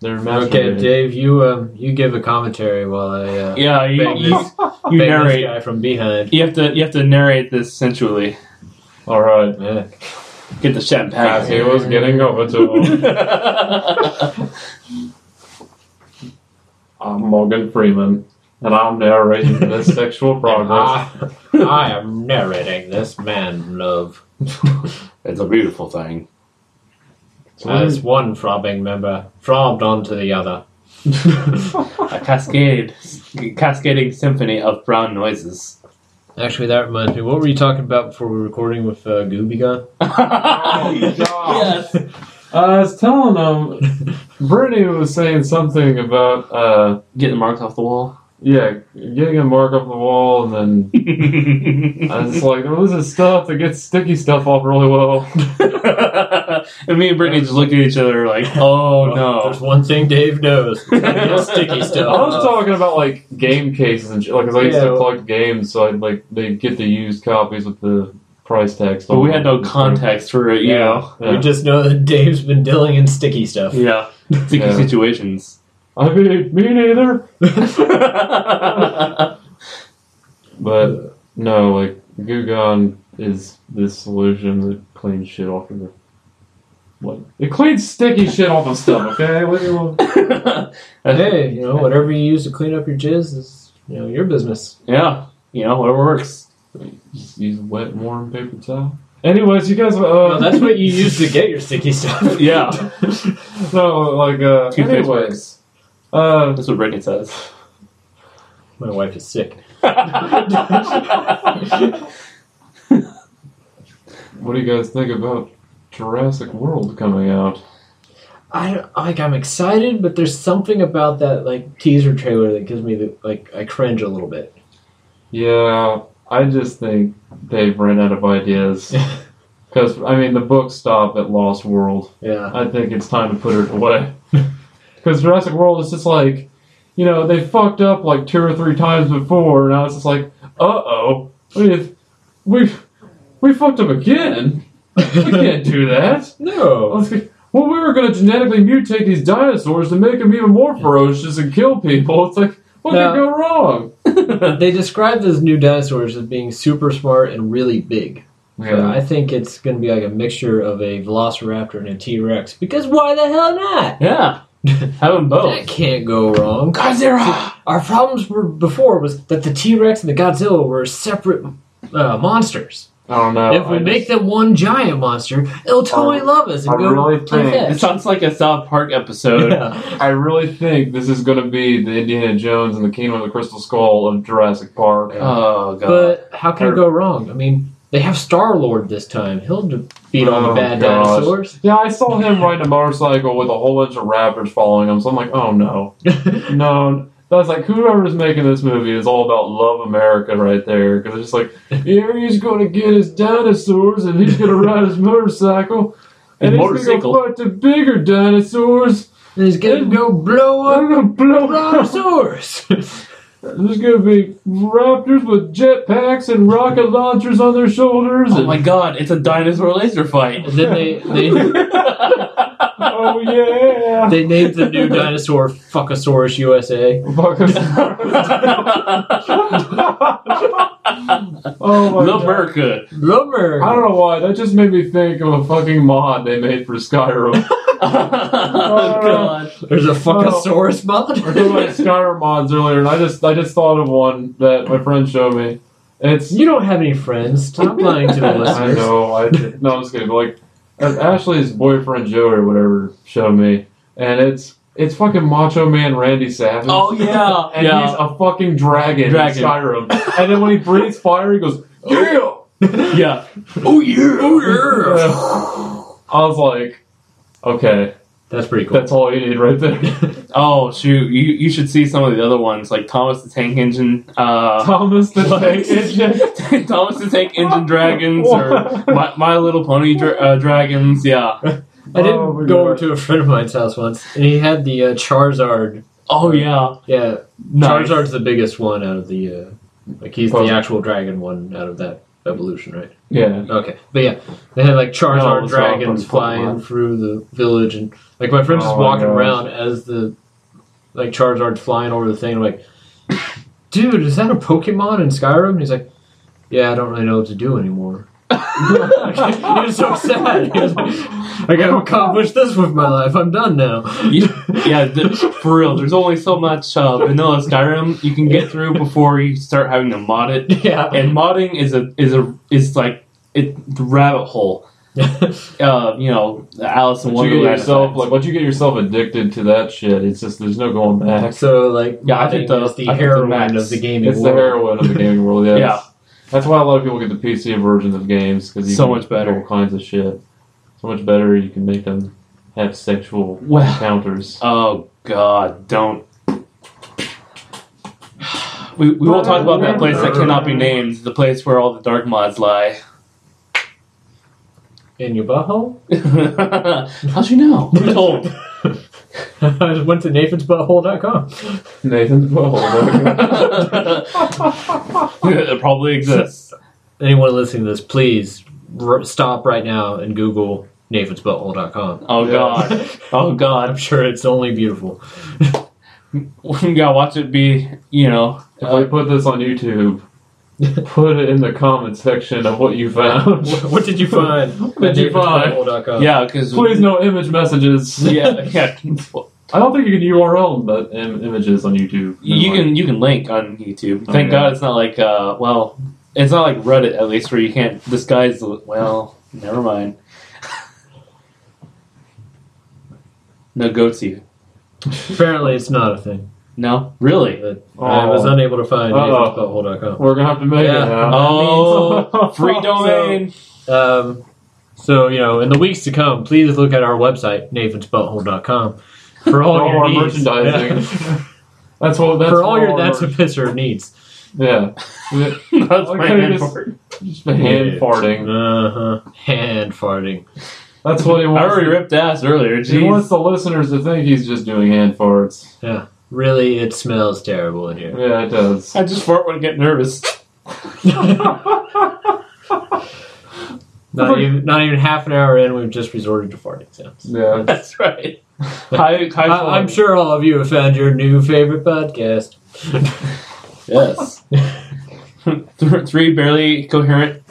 [SPEAKER 7] they're
[SPEAKER 5] Okay,
[SPEAKER 7] masturbating.
[SPEAKER 5] Dave, you um, you give a commentary while I uh,
[SPEAKER 6] yeah, you
[SPEAKER 5] Bang
[SPEAKER 6] you,
[SPEAKER 5] this-
[SPEAKER 6] you
[SPEAKER 5] bang this
[SPEAKER 6] narrate.
[SPEAKER 5] guy from behind.
[SPEAKER 6] You have to you have to narrate this sensually.
[SPEAKER 7] All right,
[SPEAKER 5] Yeah.
[SPEAKER 6] Get the champagne.
[SPEAKER 7] as he was getting over to him, I'm Morgan Freeman, and I'm narrating this sexual progress.
[SPEAKER 5] I, I am narrating this man love.
[SPEAKER 6] it's a beautiful thing. Mm.
[SPEAKER 5] As one throbbing member throbbed onto the other.
[SPEAKER 6] A cascade, cascading symphony of brown noises.
[SPEAKER 5] Actually, that reminds me. What were you talking about before we were recording with uh, Gooby Gun?
[SPEAKER 6] Ah. yes.
[SPEAKER 7] Uh, I was telling him, Brittany was saying something about, uh,
[SPEAKER 6] Getting marks off the wall.
[SPEAKER 7] yeah, getting a mark off the wall, and then I was like, well, this is stuff that gets sticky stuff off really well.
[SPEAKER 6] and me and Brittany just looked at each other like, oh
[SPEAKER 5] There's one thing Dave knows. sticky
[SPEAKER 7] I was
[SPEAKER 5] stuff.
[SPEAKER 7] talking about like game cases and shit, like 'cause I used
[SPEAKER 5] Uh. Yeah.
[SPEAKER 7] to collect games, so I'd like they get the used copies with the price tags.
[SPEAKER 6] But
[SPEAKER 7] on
[SPEAKER 6] we
[SPEAKER 7] them.
[SPEAKER 6] had no context for it, you
[SPEAKER 5] Yeah.
[SPEAKER 6] know.
[SPEAKER 5] We
[SPEAKER 7] Yeah.
[SPEAKER 5] just know that Dave's been dealing in sticky stuff.
[SPEAKER 6] Yeah. Sticky
[SPEAKER 7] Yeah.
[SPEAKER 6] situations.
[SPEAKER 7] I mean, me neither.
[SPEAKER 6] yeah.
[SPEAKER 7] But no, like Gugon is this solution that cleans shit off of the. What? It cleans sticky shit off of stuff. Okay, What do you-
[SPEAKER 5] Hey, you know, whatever you use to clean up your jizz is, you know, your business.
[SPEAKER 6] You know, whatever works.
[SPEAKER 7] just use wet, and warm paper towel. Anyways, you guys. Uh,
[SPEAKER 5] Well, that's what you use to get your sticky stuff.
[SPEAKER 6] Yeah.
[SPEAKER 7] no, like uh.
[SPEAKER 6] Two face
[SPEAKER 7] Anyways,
[SPEAKER 6] works.
[SPEAKER 7] uh,
[SPEAKER 6] That's what Brittany says.
[SPEAKER 5] My wife is sick.
[SPEAKER 7] what do you guys think about Jurassic World coming out?
[SPEAKER 5] I don't- like. I'm excited, but there's something about that like teaser trailer that gives me the like. I cringe a little bit.
[SPEAKER 7] Yeah, I just think they've run out of ideas. Because, I mean, the books stop at Lost World.
[SPEAKER 5] Yeah.
[SPEAKER 7] I think it's time to put it away. Because Jurassic World is just like, you know, they fucked up like two or three times before, and now it's just like, uh oh, we we we fucked up again. We can't do that.
[SPEAKER 5] No.
[SPEAKER 7] Let's get- Well, we were going to genetically mutate these dinosaurs to make them even more ferocious and kill people. It's like, what
[SPEAKER 5] No.
[SPEAKER 7] could go wrong?
[SPEAKER 5] They describe those new dinosaurs as being super smart and really big. So I think it's going to be like a mixture of a Velociraptor and a T Rex. Because why the hell not?
[SPEAKER 6] Yeah. Have them
[SPEAKER 7] Oh.
[SPEAKER 5] That
[SPEAKER 6] both.
[SPEAKER 5] can't go wrong.
[SPEAKER 6] Godzilla!
[SPEAKER 5] Our problems were before was that the T Rex and the Godzilla were separate uh, monsters.
[SPEAKER 7] I don't know.
[SPEAKER 5] if
[SPEAKER 7] Oh,
[SPEAKER 5] we
[SPEAKER 7] I just-
[SPEAKER 5] make them one giant monster, it'll totally
[SPEAKER 7] I-
[SPEAKER 5] love us. And
[SPEAKER 7] I
[SPEAKER 5] go
[SPEAKER 7] really
[SPEAKER 5] like
[SPEAKER 7] think- uh,
[SPEAKER 5] that.
[SPEAKER 6] It sounds like a South Park episode.
[SPEAKER 5] Yeah.
[SPEAKER 7] I really think this is going to be the Indiana Jones and the Kingdom of the Crystal Skull of Jurassic Park.
[SPEAKER 6] Oh, God.
[SPEAKER 5] But how can it go wrong? I mean, they have Star Lord this time. He'll defeat all the
[SPEAKER 7] Oh,
[SPEAKER 5] bad
[SPEAKER 7] gosh.
[SPEAKER 5] dinosaurs.
[SPEAKER 7] Yeah, I saw him riding a motorcycle with a whole bunch of rappers following him, so I'm like, oh no. No. That's like, whoever's making this movie is all about love America right there. Because it's just like, here he's going to get his dinosaurs and he's going to ride his motorcycle. And he's
[SPEAKER 6] Motorcycle.
[SPEAKER 7] going to fight the bigger dinosaurs.
[SPEAKER 5] He's gonna go
[SPEAKER 7] I'm
[SPEAKER 5] blow up
[SPEAKER 7] going to blow up.
[SPEAKER 5] dinosaurs.
[SPEAKER 7] There's going to be raptors with jetpacks and rocket launchers on their shoulders.
[SPEAKER 6] oh,
[SPEAKER 7] and-
[SPEAKER 6] my God. It's a dinosaur laser fight.
[SPEAKER 5] and then they, they
[SPEAKER 7] oh yeah.
[SPEAKER 5] they named the new dinosaur Fuckosaurus USA.
[SPEAKER 7] oh my
[SPEAKER 6] The
[SPEAKER 7] God.
[SPEAKER 6] Merca.
[SPEAKER 5] Lumber.
[SPEAKER 7] I don't know why. That just made me think of a fucking mod they made for Skyrim.
[SPEAKER 6] oh, God.
[SPEAKER 5] There's a Fuckosaurus mod.
[SPEAKER 7] We're talking about Skyrim mods earlier, and I just I just thought of one that my friend showed me. And it's
[SPEAKER 5] You don't have any friends. Stop lying to the
[SPEAKER 7] I
[SPEAKER 5] listeners.
[SPEAKER 7] know. I no, I'm just kidding. But like uh, Ashley's boyfriend Joe or whatever showed me, and it's it's fucking Macho Man Randy Savage.
[SPEAKER 6] Oh, yeah.
[SPEAKER 7] and
[SPEAKER 6] yeah.
[SPEAKER 7] he's a fucking dragon,
[SPEAKER 6] Dragon.
[SPEAKER 7] in Skyrim. and then when he breathes fire, he goes, "Yeah."
[SPEAKER 6] yeah.
[SPEAKER 5] Oh,
[SPEAKER 7] I was like, okay,
[SPEAKER 5] That's pretty cool.
[SPEAKER 7] that's all you need right there.
[SPEAKER 6] Oh, shoot. You, you should see some of the other ones, like Thomas the Tank Engine. Uh,
[SPEAKER 7] Thomas the Tank Engine.
[SPEAKER 6] Thomas the Tank Engine Dragons or My, My Little Pony dra- uh, Dragons. Yeah.
[SPEAKER 5] I didn't
[SPEAKER 7] Oh my
[SPEAKER 5] go over
[SPEAKER 7] God.
[SPEAKER 5] to a friend of mine's house once, and he had the uh, Charizard.
[SPEAKER 6] Oh, yeah.
[SPEAKER 5] Yeah,
[SPEAKER 6] Nice.
[SPEAKER 5] Charizard's the biggest one out of the. Uh, like he's the
[SPEAKER 7] Puzzle.
[SPEAKER 5] actual dragon one out of that evolution, right?
[SPEAKER 7] Yeah.
[SPEAKER 5] Okay, but yeah, they had like Charizard
[SPEAKER 7] No, it's Oh, all
[SPEAKER 5] dragons
[SPEAKER 7] from Pokemon.
[SPEAKER 5] flying through the village, and like my friend's just
[SPEAKER 7] Oh my
[SPEAKER 5] walking
[SPEAKER 7] gosh.
[SPEAKER 5] around as the like Charizard flying over the thing. I'm like, dude, is that a Pokemon in Skyrim? And he's like, yeah, I don't really know what to do anymore. he was so sad. He was like, I gotta accomplish this with my life. I'm done now.
[SPEAKER 6] You- yeah, th- for real. There's only so much uh, vanilla Skyrim you can get through before you start having to mod it.
[SPEAKER 5] yeah.
[SPEAKER 6] And modding is a is a is like it the rabbit hole. Uh, you know, the Alice in
[SPEAKER 7] Once you get
[SPEAKER 6] Wonderland.
[SPEAKER 7] yourself
[SPEAKER 6] effect.
[SPEAKER 7] like once you get yourself addicted to that shit, it's just there's no going back.
[SPEAKER 5] so like,
[SPEAKER 6] Yeah, I think
[SPEAKER 5] modding
[SPEAKER 6] the-
[SPEAKER 5] is the
[SPEAKER 6] I think the
[SPEAKER 5] heroine
[SPEAKER 6] max-
[SPEAKER 5] of the gaming
[SPEAKER 7] It's the
[SPEAKER 5] world.
[SPEAKER 7] heroin of the gaming world. Yeah.
[SPEAKER 6] Yeah.
[SPEAKER 7] That's why a lot of people get the PC versions of games because
[SPEAKER 6] So much better.
[SPEAKER 7] all kinds of shit. So much better you can make them have sexual
[SPEAKER 6] Well.
[SPEAKER 7] encounters.
[SPEAKER 6] oh God, don't. We, we will talk about that place that cannot be named, the place where all the dark mods lie.
[SPEAKER 5] in your butthole.
[SPEAKER 6] How'd you know? Who told?
[SPEAKER 5] I just went to Nathan'sButthole.com.
[SPEAKER 7] Nathan's butthole.
[SPEAKER 6] it probably exists.
[SPEAKER 5] anyone listening to this, please r- stop right now and Google nathansbutthole.com.
[SPEAKER 6] Oh
[SPEAKER 7] Yeah.
[SPEAKER 6] god. Oh
[SPEAKER 5] I'm
[SPEAKER 6] god.
[SPEAKER 5] sure it's only beautiful.
[SPEAKER 6] We gotta watch it be, you know.
[SPEAKER 7] if I put this on YouTube, put it in the comment section of what you found.
[SPEAKER 5] What, what did you find?
[SPEAKER 7] did you find?
[SPEAKER 5] Nathan'sButthole.com.
[SPEAKER 6] Yeah, because
[SPEAKER 7] Uh, Please no image messages.
[SPEAKER 6] Yeah, yeah. Well,
[SPEAKER 7] I don't think you can URL but Im- images on YouTube.
[SPEAKER 6] You can you can link on YouTube. Thank
[SPEAKER 7] Okay.
[SPEAKER 6] God it's not like uh well it's not like Reddit at least where you can't disguise the well, never mind. No goats you.
[SPEAKER 5] Apparently, it's not a thing.
[SPEAKER 6] No? Really?
[SPEAKER 5] But I was
[SPEAKER 7] Oh.
[SPEAKER 5] unable to find
[SPEAKER 7] Oh.
[SPEAKER 5] nathansbutthole.com.
[SPEAKER 7] We're gonna have to make
[SPEAKER 5] Yeah.
[SPEAKER 7] it. Now.
[SPEAKER 6] Oh free domain.
[SPEAKER 5] Um, so, you know, in the weeks to come, please look at our website, nathansbutthole.com. For all,
[SPEAKER 7] For all
[SPEAKER 5] your
[SPEAKER 7] our
[SPEAKER 5] needs.
[SPEAKER 7] merchandising.
[SPEAKER 5] Yeah.
[SPEAKER 7] That's what. That's
[SPEAKER 5] For all your
[SPEAKER 7] our
[SPEAKER 5] that's a
[SPEAKER 7] merch-
[SPEAKER 5] pisser needs.
[SPEAKER 7] yeah.
[SPEAKER 6] That's
[SPEAKER 7] Why
[SPEAKER 6] my
[SPEAKER 7] couldn't you
[SPEAKER 6] hand
[SPEAKER 7] just-
[SPEAKER 6] for it.
[SPEAKER 7] Just been hand farting.
[SPEAKER 5] Uh huh. Hand farting.
[SPEAKER 7] That's what he
[SPEAKER 6] I
[SPEAKER 7] wants.
[SPEAKER 6] already ripped ass earlier.
[SPEAKER 7] he wants
[SPEAKER 6] Jeez.
[SPEAKER 7] the listeners to think he's just doing hand farts.
[SPEAKER 5] Really, it smells terrible in here.
[SPEAKER 7] Yeah, it does.
[SPEAKER 6] I just fart when I get nervous.
[SPEAKER 5] Not even, not even half an hour in, we've just resorted to farting sounds.
[SPEAKER 7] Yeah.
[SPEAKER 6] That's right. High, high
[SPEAKER 5] I, I'm
[SPEAKER 6] five.
[SPEAKER 5] sure all of you have found your new favorite podcast.
[SPEAKER 6] Yes. Th- Three barely coherent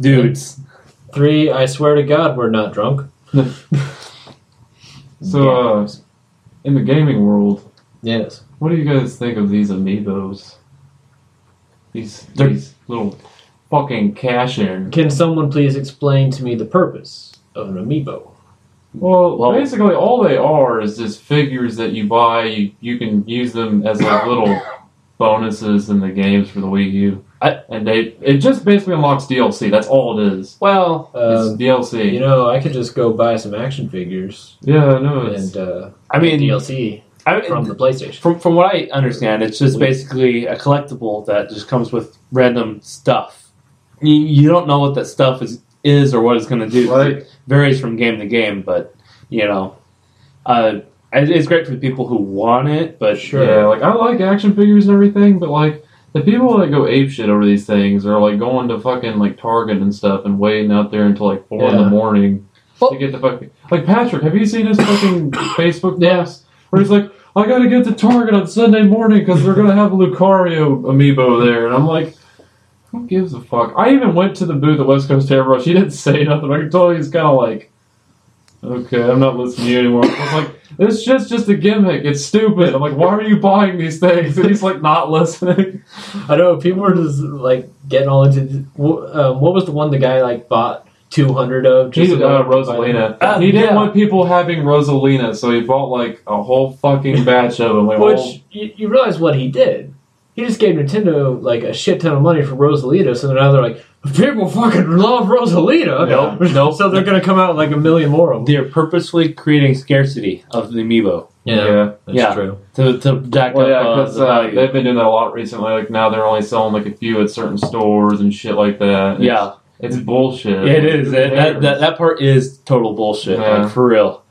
[SPEAKER 6] dudes.
[SPEAKER 5] Three, I swear to God, we're not drunk.
[SPEAKER 7] So, uh, in the gaming world,
[SPEAKER 5] Yes.
[SPEAKER 7] what do you guys think of these amiibos? These
[SPEAKER 6] They're-
[SPEAKER 7] these little fucking cash in.
[SPEAKER 5] Can someone please explain to me the purpose of an amiibo?
[SPEAKER 7] Well,
[SPEAKER 6] Well-
[SPEAKER 7] basically, all they are is just figures that you buy. You, you can use them as like little bonuses in the games for the Wii U,
[SPEAKER 6] I-
[SPEAKER 7] and they it just basically unlocks DLC. That's all it is.
[SPEAKER 6] Well,
[SPEAKER 5] Um,
[SPEAKER 7] it's DLC.
[SPEAKER 5] you know, I could just go buy some action figures
[SPEAKER 7] yeah, I know. It's,
[SPEAKER 5] and uh,
[SPEAKER 6] I mean,
[SPEAKER 5] DLC
[SPEAKER 6] I,
[SPEAKER 5] from the PlayStation.
[SPEAKER 6] from from what I understand, it's just basically a collectible that just comes with random stuff. You, you don't know what that stuff is is or what it's going to do. 'cause It varies from game to game, but you know, uh, it- it's great for the people who want it. But
[SPEAKER 7] Yeah, like I like action figures and everything, but like the people that go ape shit over these things are like going to fucking like Target and stuff and waiting out there until like four in the
[SPEAKER 5] Yeah.
[SPEAKER 7] morning
[SPEAKER 6] Well-
[SPEAKER 7] to get the fucking like Patrick. Have you seen his fucking Facebook post where he's like, I gotta get to Target on Sunday morning because they're gonna have a Lucario amiibo there, and I'm like. Who gives a fuck? I even went to the booth at West Coast Airbrush. He didn't say nothing. I could tell he's kind of like, okay, I'm not listening to you anymore. I was like, this shit's just a gimmick. It's stupid. I'm like, why are you buying these things? And he's like, not listening.
[SPEAKER 5] I know people were just like getting all into. th- wh- Um, what was the one the guy like bought two hundred of?
[SPEAKER 7] He's
[SPEAKER 5] Just so
[SPEAKER 7] uh,
[SPEAKER 5] that-
[SPEAKER 7] Rosalina.
[SPEAKER 6] Ah,
[SPEAKER 7] he didn't
[SPEAKER 6] yeah.
[SPEAKER 7] want people having Rosalina, so he bought like a whole fucking batch of them. Like, well,
[SPEAKER 5] Which you, you realize what he did. He just gave Nintendo like a shit ton of money for Rosalita, so now they're like, people fucking love Rosalita.
[SPEAKER 7] Nope,
[SPEAKER 5] nope. so they're gonna come out with like a million more of them.
[SPEAKER 6] they're purposefully creating scarcity of the amiibo
[SPEAKER 7] yeah.
[SPEAKER 5] that's
[SPEAKER 6] Yeah.
[SPEAKER 5] true.
[SPEAKER 6] to to jack
[SPEAKER 7] Well, yeah,
[SPEAKER 6] up uh,
[SPEAKER 7] because
[SPEAKER 6] the
[SPEAKER 7] uh,
[SPEAKER 6] value.
[SPEAKER 7] they've been doing that a lot recently. Like now they're only selling like a few at certain stores and shit like that. It's-
[SPEAKER 6] yeah,
[SPEAKER 7] it's bullshit.
[SPEAKER 6] it is.
[SPEAKER 7] Who
[SPEAKER 6] That, that,
[SPEAKER 7] cares?
[SPEAKER 6] that, that part is total bullshit.
[SPEAKER 7] Yeah.
[SPEAKER 6] Like, for real.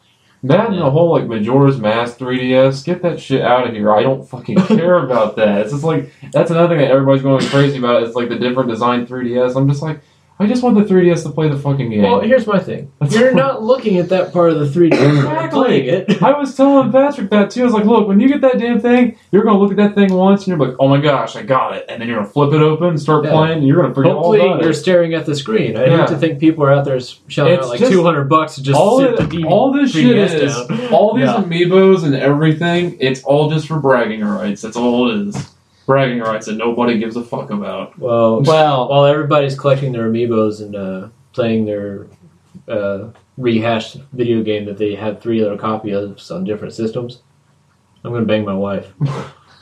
[SPEAKER 7] That and
[SPEAKER 5] Yeah.
[SPEAKER 7] the whole like Majora's Mask 3DS, get that shit out of here. I don't fucking care about that. It's just like that's another thing that everybody's going crazy about. It's like the different design 3DS. I'm just like, I just want the 3DS to play the fucking game.
[SPEAKER 5] Well, here's my thing.
[SPEAKER 7] That's-
[SPEAKER 5] You're not looking at that part of the 3D. You're
[SPEAKER 7] Exactly.
[SPEAKER 5] playing it.
[SPEAKER 7] I was telling Patrick that too. I was like, look, when you get that damn thing, you're gonna look at that thing once and you're like, oh my gosh, I got it, and then you're gonna flip it open and start
[SPEAKER 5] Yeah.
[SPEAKER 7] playing, and you're gonna forget
[SPEAKER 5] Hopefully,
[SPEAKER 7] all about
[SPEAKER 5] you're
[SPEAKER 7] it.
[SPEAKER 5] staring at the screen. I
[SPEAKER 7] Yeah.
[SPEAKER 5] hate to think people are out there shelling
[SPEAKER 7] It's
[SPEAKER 5] out like
[SPEAKER 7] just-
[SPEAKER 5] 200 bucks to just
[SPEAKER 7] all,
[SPEAKER 5] sit
[SPEAKER 7] it-
[SPEAKER 5] the DVD
[SPEAKER 7] all this shit
[SPEAKER 5] 3DS
[SPEAKER 7] is
[SPEAKER 5] down.
[SPEAKER 7] all these
[SPEAKER 6] Yeah.
[SPEAKER 7] amiibos and everything it's all just for bragging rights that's all it is bragging rights that nobody gives a fuck about
[SPEAKER 5] Well,
[SPEAKER 6] Well,
[SPEAKER 5] while everybody's collecting their amiibos and uh, playing their uh, rehashed video game that they have three other copies on different systems, I'm gonna bang my wife.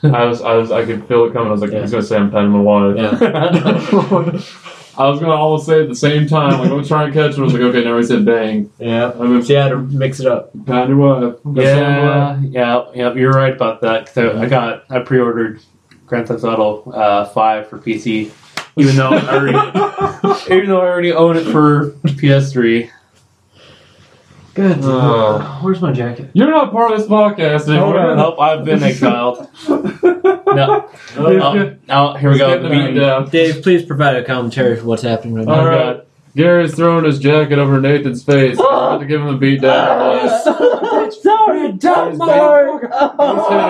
[SPEAKER 7] i was i was i could feel it coming i was like
[SPEAKER 5] Yeah.
[SPEAKER 7] he's gonna say i'm patting my wife
[SPEAKER 5] Yeah,
[SPEAKER 7] i was gonna all say it at the same time like i'm trying to catch him i was like okay now he said bang
[SPEAKER 5] yeah.
[SPEAKER 7] i'm gonna
[SPEAKER 5] So you had to mix it up.
[SPEAKER 7] pat your wife I'm gonna say I'm wife.
[SPEAKER 6] Yeah, uh, yeah, yeah. You're right about that. So I got I pre-ordered Grand Theft Auto uh, Five for PC, even though I already, even though I already own it for PS3.
[SPEAKER 5] Good.
[SPEAKER 7] Uh.
[SPEAKER 5] Where's my jacket?
[SPEAKER 7] you're not part of this podcast anymore
[SPEAKER 6] Nope, I've been exiled. No,
[SPEAKER 7] Yeah.
[SPEAKER 6] oh, oh, here we
[SPEAKER 7] He's
[SPEAKER 6] go.
[SPEAKER 7] getting
[SPEAKER 6] The
[SPEAKER 7] beaten
[SPEAKER 6] beating.
[SPEAKER 7] down.
[SPEAKER 5] Um, Dave, please provide a commentary for what's happening
[SPEAKER 6] Oh,
[SPEAKER 5] right
[SPEAKER 7] All
[SPEAKER 5] now.
[SPEAKER 7] right. Gary's throwing his jacket over Nathan's face. I'm about to give him a beat down.
[SPEAKER 6] Sorry, dumb
[SPEAKER 7] He's hitting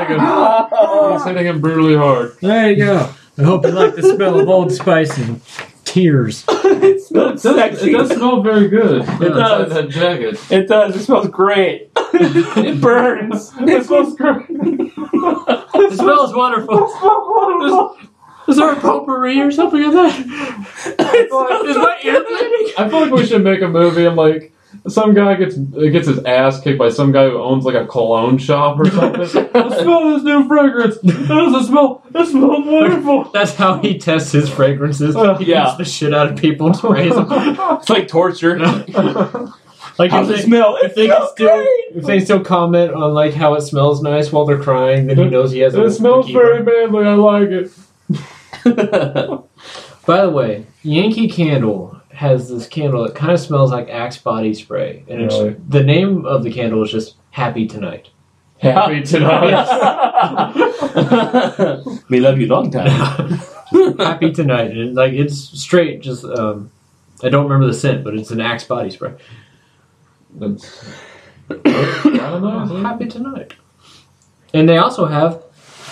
[SPEAKER 7] him. He's hitting him brutally hard.
[SPEAKER 5] There you go. I hope you like the smell of Old Spice and tears.
[SPEAKER 6] It smells
[SPEAKER 7] It
[SPEAKER 6] sexy.
[SPEAKER 7] does smell very good. It
[SPEAKER 6] does.
[SPEAKER 7] That jacket.
[SPEAKER 6] It does. It smells great. It burns. It smells great.
[SPEAKER 5] The smell is wonderful. Is there a potpourri or something in that?
[SPEAKER 6] It smells
[SPEAKER 5] Is my ear bleeding?
[SPEAKER 7] I feel like we should make a movie and like some guy gets gets his ass kicked by some guy who owns like a cologne shop or something. I smell this new fragrance. That is a smell. It smells wonderful.
[SPEAKER 5] That's how he tests his fragrances. He
[SPEAKER 7] Uh,
[SPEAKER 5] beats
[SPEAKER 6] yeah.
[SPEAKER 5] the shit out of people and sprays them.
[SPEAKER 6] It's like torture.
[SPEAKER 5] like if
[SPEAKER 6] How's it
[SPEAKER 5] they,
[SPEAKER 6] smell? It
[SPEAKER 5] if they can
[SPEAKER 6] smells
[SPEAKER 5] still
[SPEAKER 6] great.
[SPEAKER 5] if they still comment on like how it smells nice while they're crying, then he knows he has. a
[SPEAKER 7] It smells
[SPEAKER 5] key.
[SPEAKER 7] very manly. I like it.
[SPEAKER 5] By the way, Yankee Candle has this candle that kind of smells like Axe body spray, and it's
[SPEAKER 7] Really?
[SPEAKER 5] the name of the candle is just Happy Tonight.
[SPEAKER 7] Happy tonight.
[SPEAKER 6] we love you long time.
[SPEAKER 5] Happy Tonight, and it, like it's straight. Just um, I don't remember the scent, but it's an Axe body spray.
[SPEAKER 7] That's- I don't know.
[SPEAKER 5] Happy Tonight, Mm-hmm. and they also have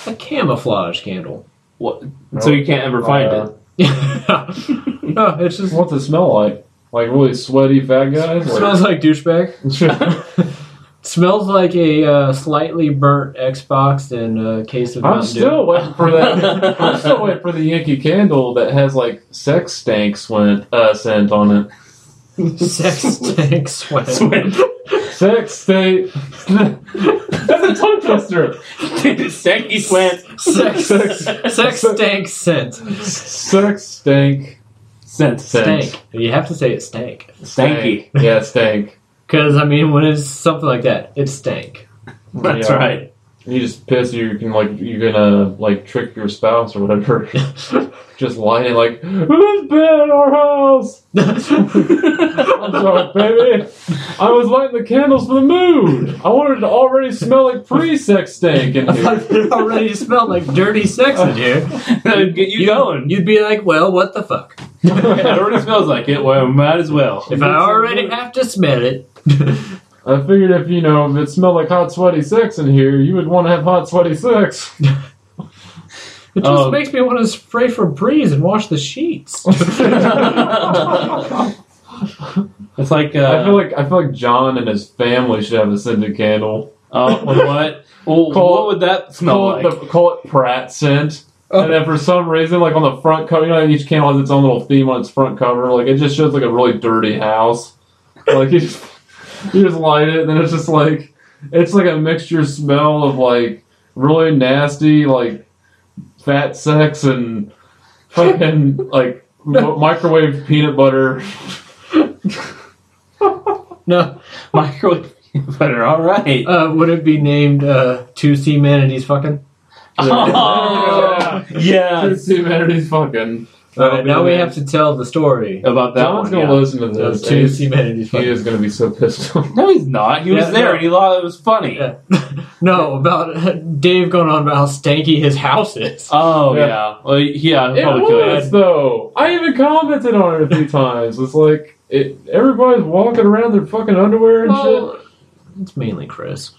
[SPEAKER 5] a camouflage candle.
[SPEAKER 6] What? So you can't ever find
[SPEAKER 7] Uh,
[SPEAKER 6] it.
[SPEAKER 5] no, it's Oh, just
[SPEAKER 7] What's it smell like? Like really sweaty fat guys?
[SPEAKER 5] smells like douchebag. Smells like a uh, slightly burnt Xbox and a case of
[SPEAKER 7] I'm
[SPEAKER 5] Mountain Dew.
[SPEAKER 7] still waiting for that. I'm still waiting for the Yankee candle that has like sex stank sweat uh, scent on
[SPEAKER 5] sex tank sweat.
[SPEAKER 7] it. Sex stank. That's a tongue twister.
[SPEAKER 6] Sanky slant.
[SPEAKER 5] Sex,
[SPEAKER 7] Sex-
[SPEAKER 5] sex stank scent.
[SPEAKER 7] Sex stank.
[SPEAKER 6] Scent.
[SPEAKER 7] Scent.
[SPEAKER 5] Stank. You have to say it stank.
[SPEAKER 6] Stanky.
[SPEAKER 7] Yeah, stank.
[SPEAKER 5] Because, I mean, when it's something like that, it's stank.
[SPEAKER 6] That's
[SPEAKER 7] Yeah.
[SPEAKER 6] right.
[SPEAKER 7] You just piss. You can like you can uh, like trick your spouse or whatever. just lying like who's been in our house? I'm sorry, baby. I was lighting the candles for the mood. I wanted it to already smell like pre-sex stank in here.
[SPEAKER 5] it already smelled like dirty sex in here.
[SPEAKER 6] That would get you, going.
[SPEAKER 5] You'd be like, well, what the fuck?
[SPEAKER 6] it already smells like it. Well, might as well.
[SPEAKER 5] If I already have to smell it.
[SPEAKER 7] I figured if you know if it smelled like hot sweaty sex in here, you would want to have hot sweaty sex.
[SPEAKER 5] It just
[SPEAKER 6] Um,
[SPEAKER 5] makes me want to spray for breeze and wash the sheets.
[SPEAKER 6] it's like
[SPEAKER 7] I
[SPEAKER 6] uh,
[SPEAKER 7] feel like I feel like John and his family should have a scented candle.
[SPEAKER 6] oh, well, what? Well,
[SPEAKER 7] Call-
[SPEAKER 6] what would that smell
[SPEAKER 7] Call
[SPEAKER 6] like?
[SPEAKER 7] it the, call it Pratt scent. And then for some reason, like on the front cover, you know, each candle has its own little theme on its front cover. Like it just shows like a really dirty house. Like you just you just light it, and then it's just like it's like a mixture smell of like really nasty like fat sex and fucking like mi- microwave peanut butter.
[SPEAKER 5] no.
[SPEAKER 6] Microwave peanut butter. All right.
[SPEAKER 5] Uh, would it be named uh, Two Sea Manatees Fucking?
[SPEAKER 6] Oh, yeah.
[SPEAKER 7] It's humanity's fucking.
[SPEAKER 5] All right, now we have to tell the story
[SPEAKER 6] About that
[SPEAKER 7] John's
[SPEAKER 6] one.
[SPEAKER 7] gonna
[SPEAKER 6] yeah.
[SPEAKER 7] listen to
[SPEAKER 5] of
[SPEAKER 7] this. and
[SPEAKER 5] Two
[SPEAKER 7] he's-
[SPEAKER 5] Sea Manatees
[SPEAKER 7] He
[SPEAKER 5] Fucking.
[SPEAKER 7] is gonna be so pissed off.
[SPEAKER 6] No, he's not. He was
[SPEAKER 5] Yeah,
[SPEAKER 6] there
[SPEAKER 5] no.
[SPEAKER 6] and he thought it was funny.
[SPEAKER 5] Yeah. no, about uh, Dave going on about how stanky his house is.
[SPEAKER 6] Oh
[SPEAKER 7] Yeah.
[SPEAKER 6] yeah. Well, yeah. he'll
[SPEAKER 7] It
[SPEAKER 6] Probably kill you.
[SPEAKER 7] was though. I even commented on it a few times. It's like it, everybody's walking around their fucking underwear and
[SPEAKER 5] Well, it's mainly Chris.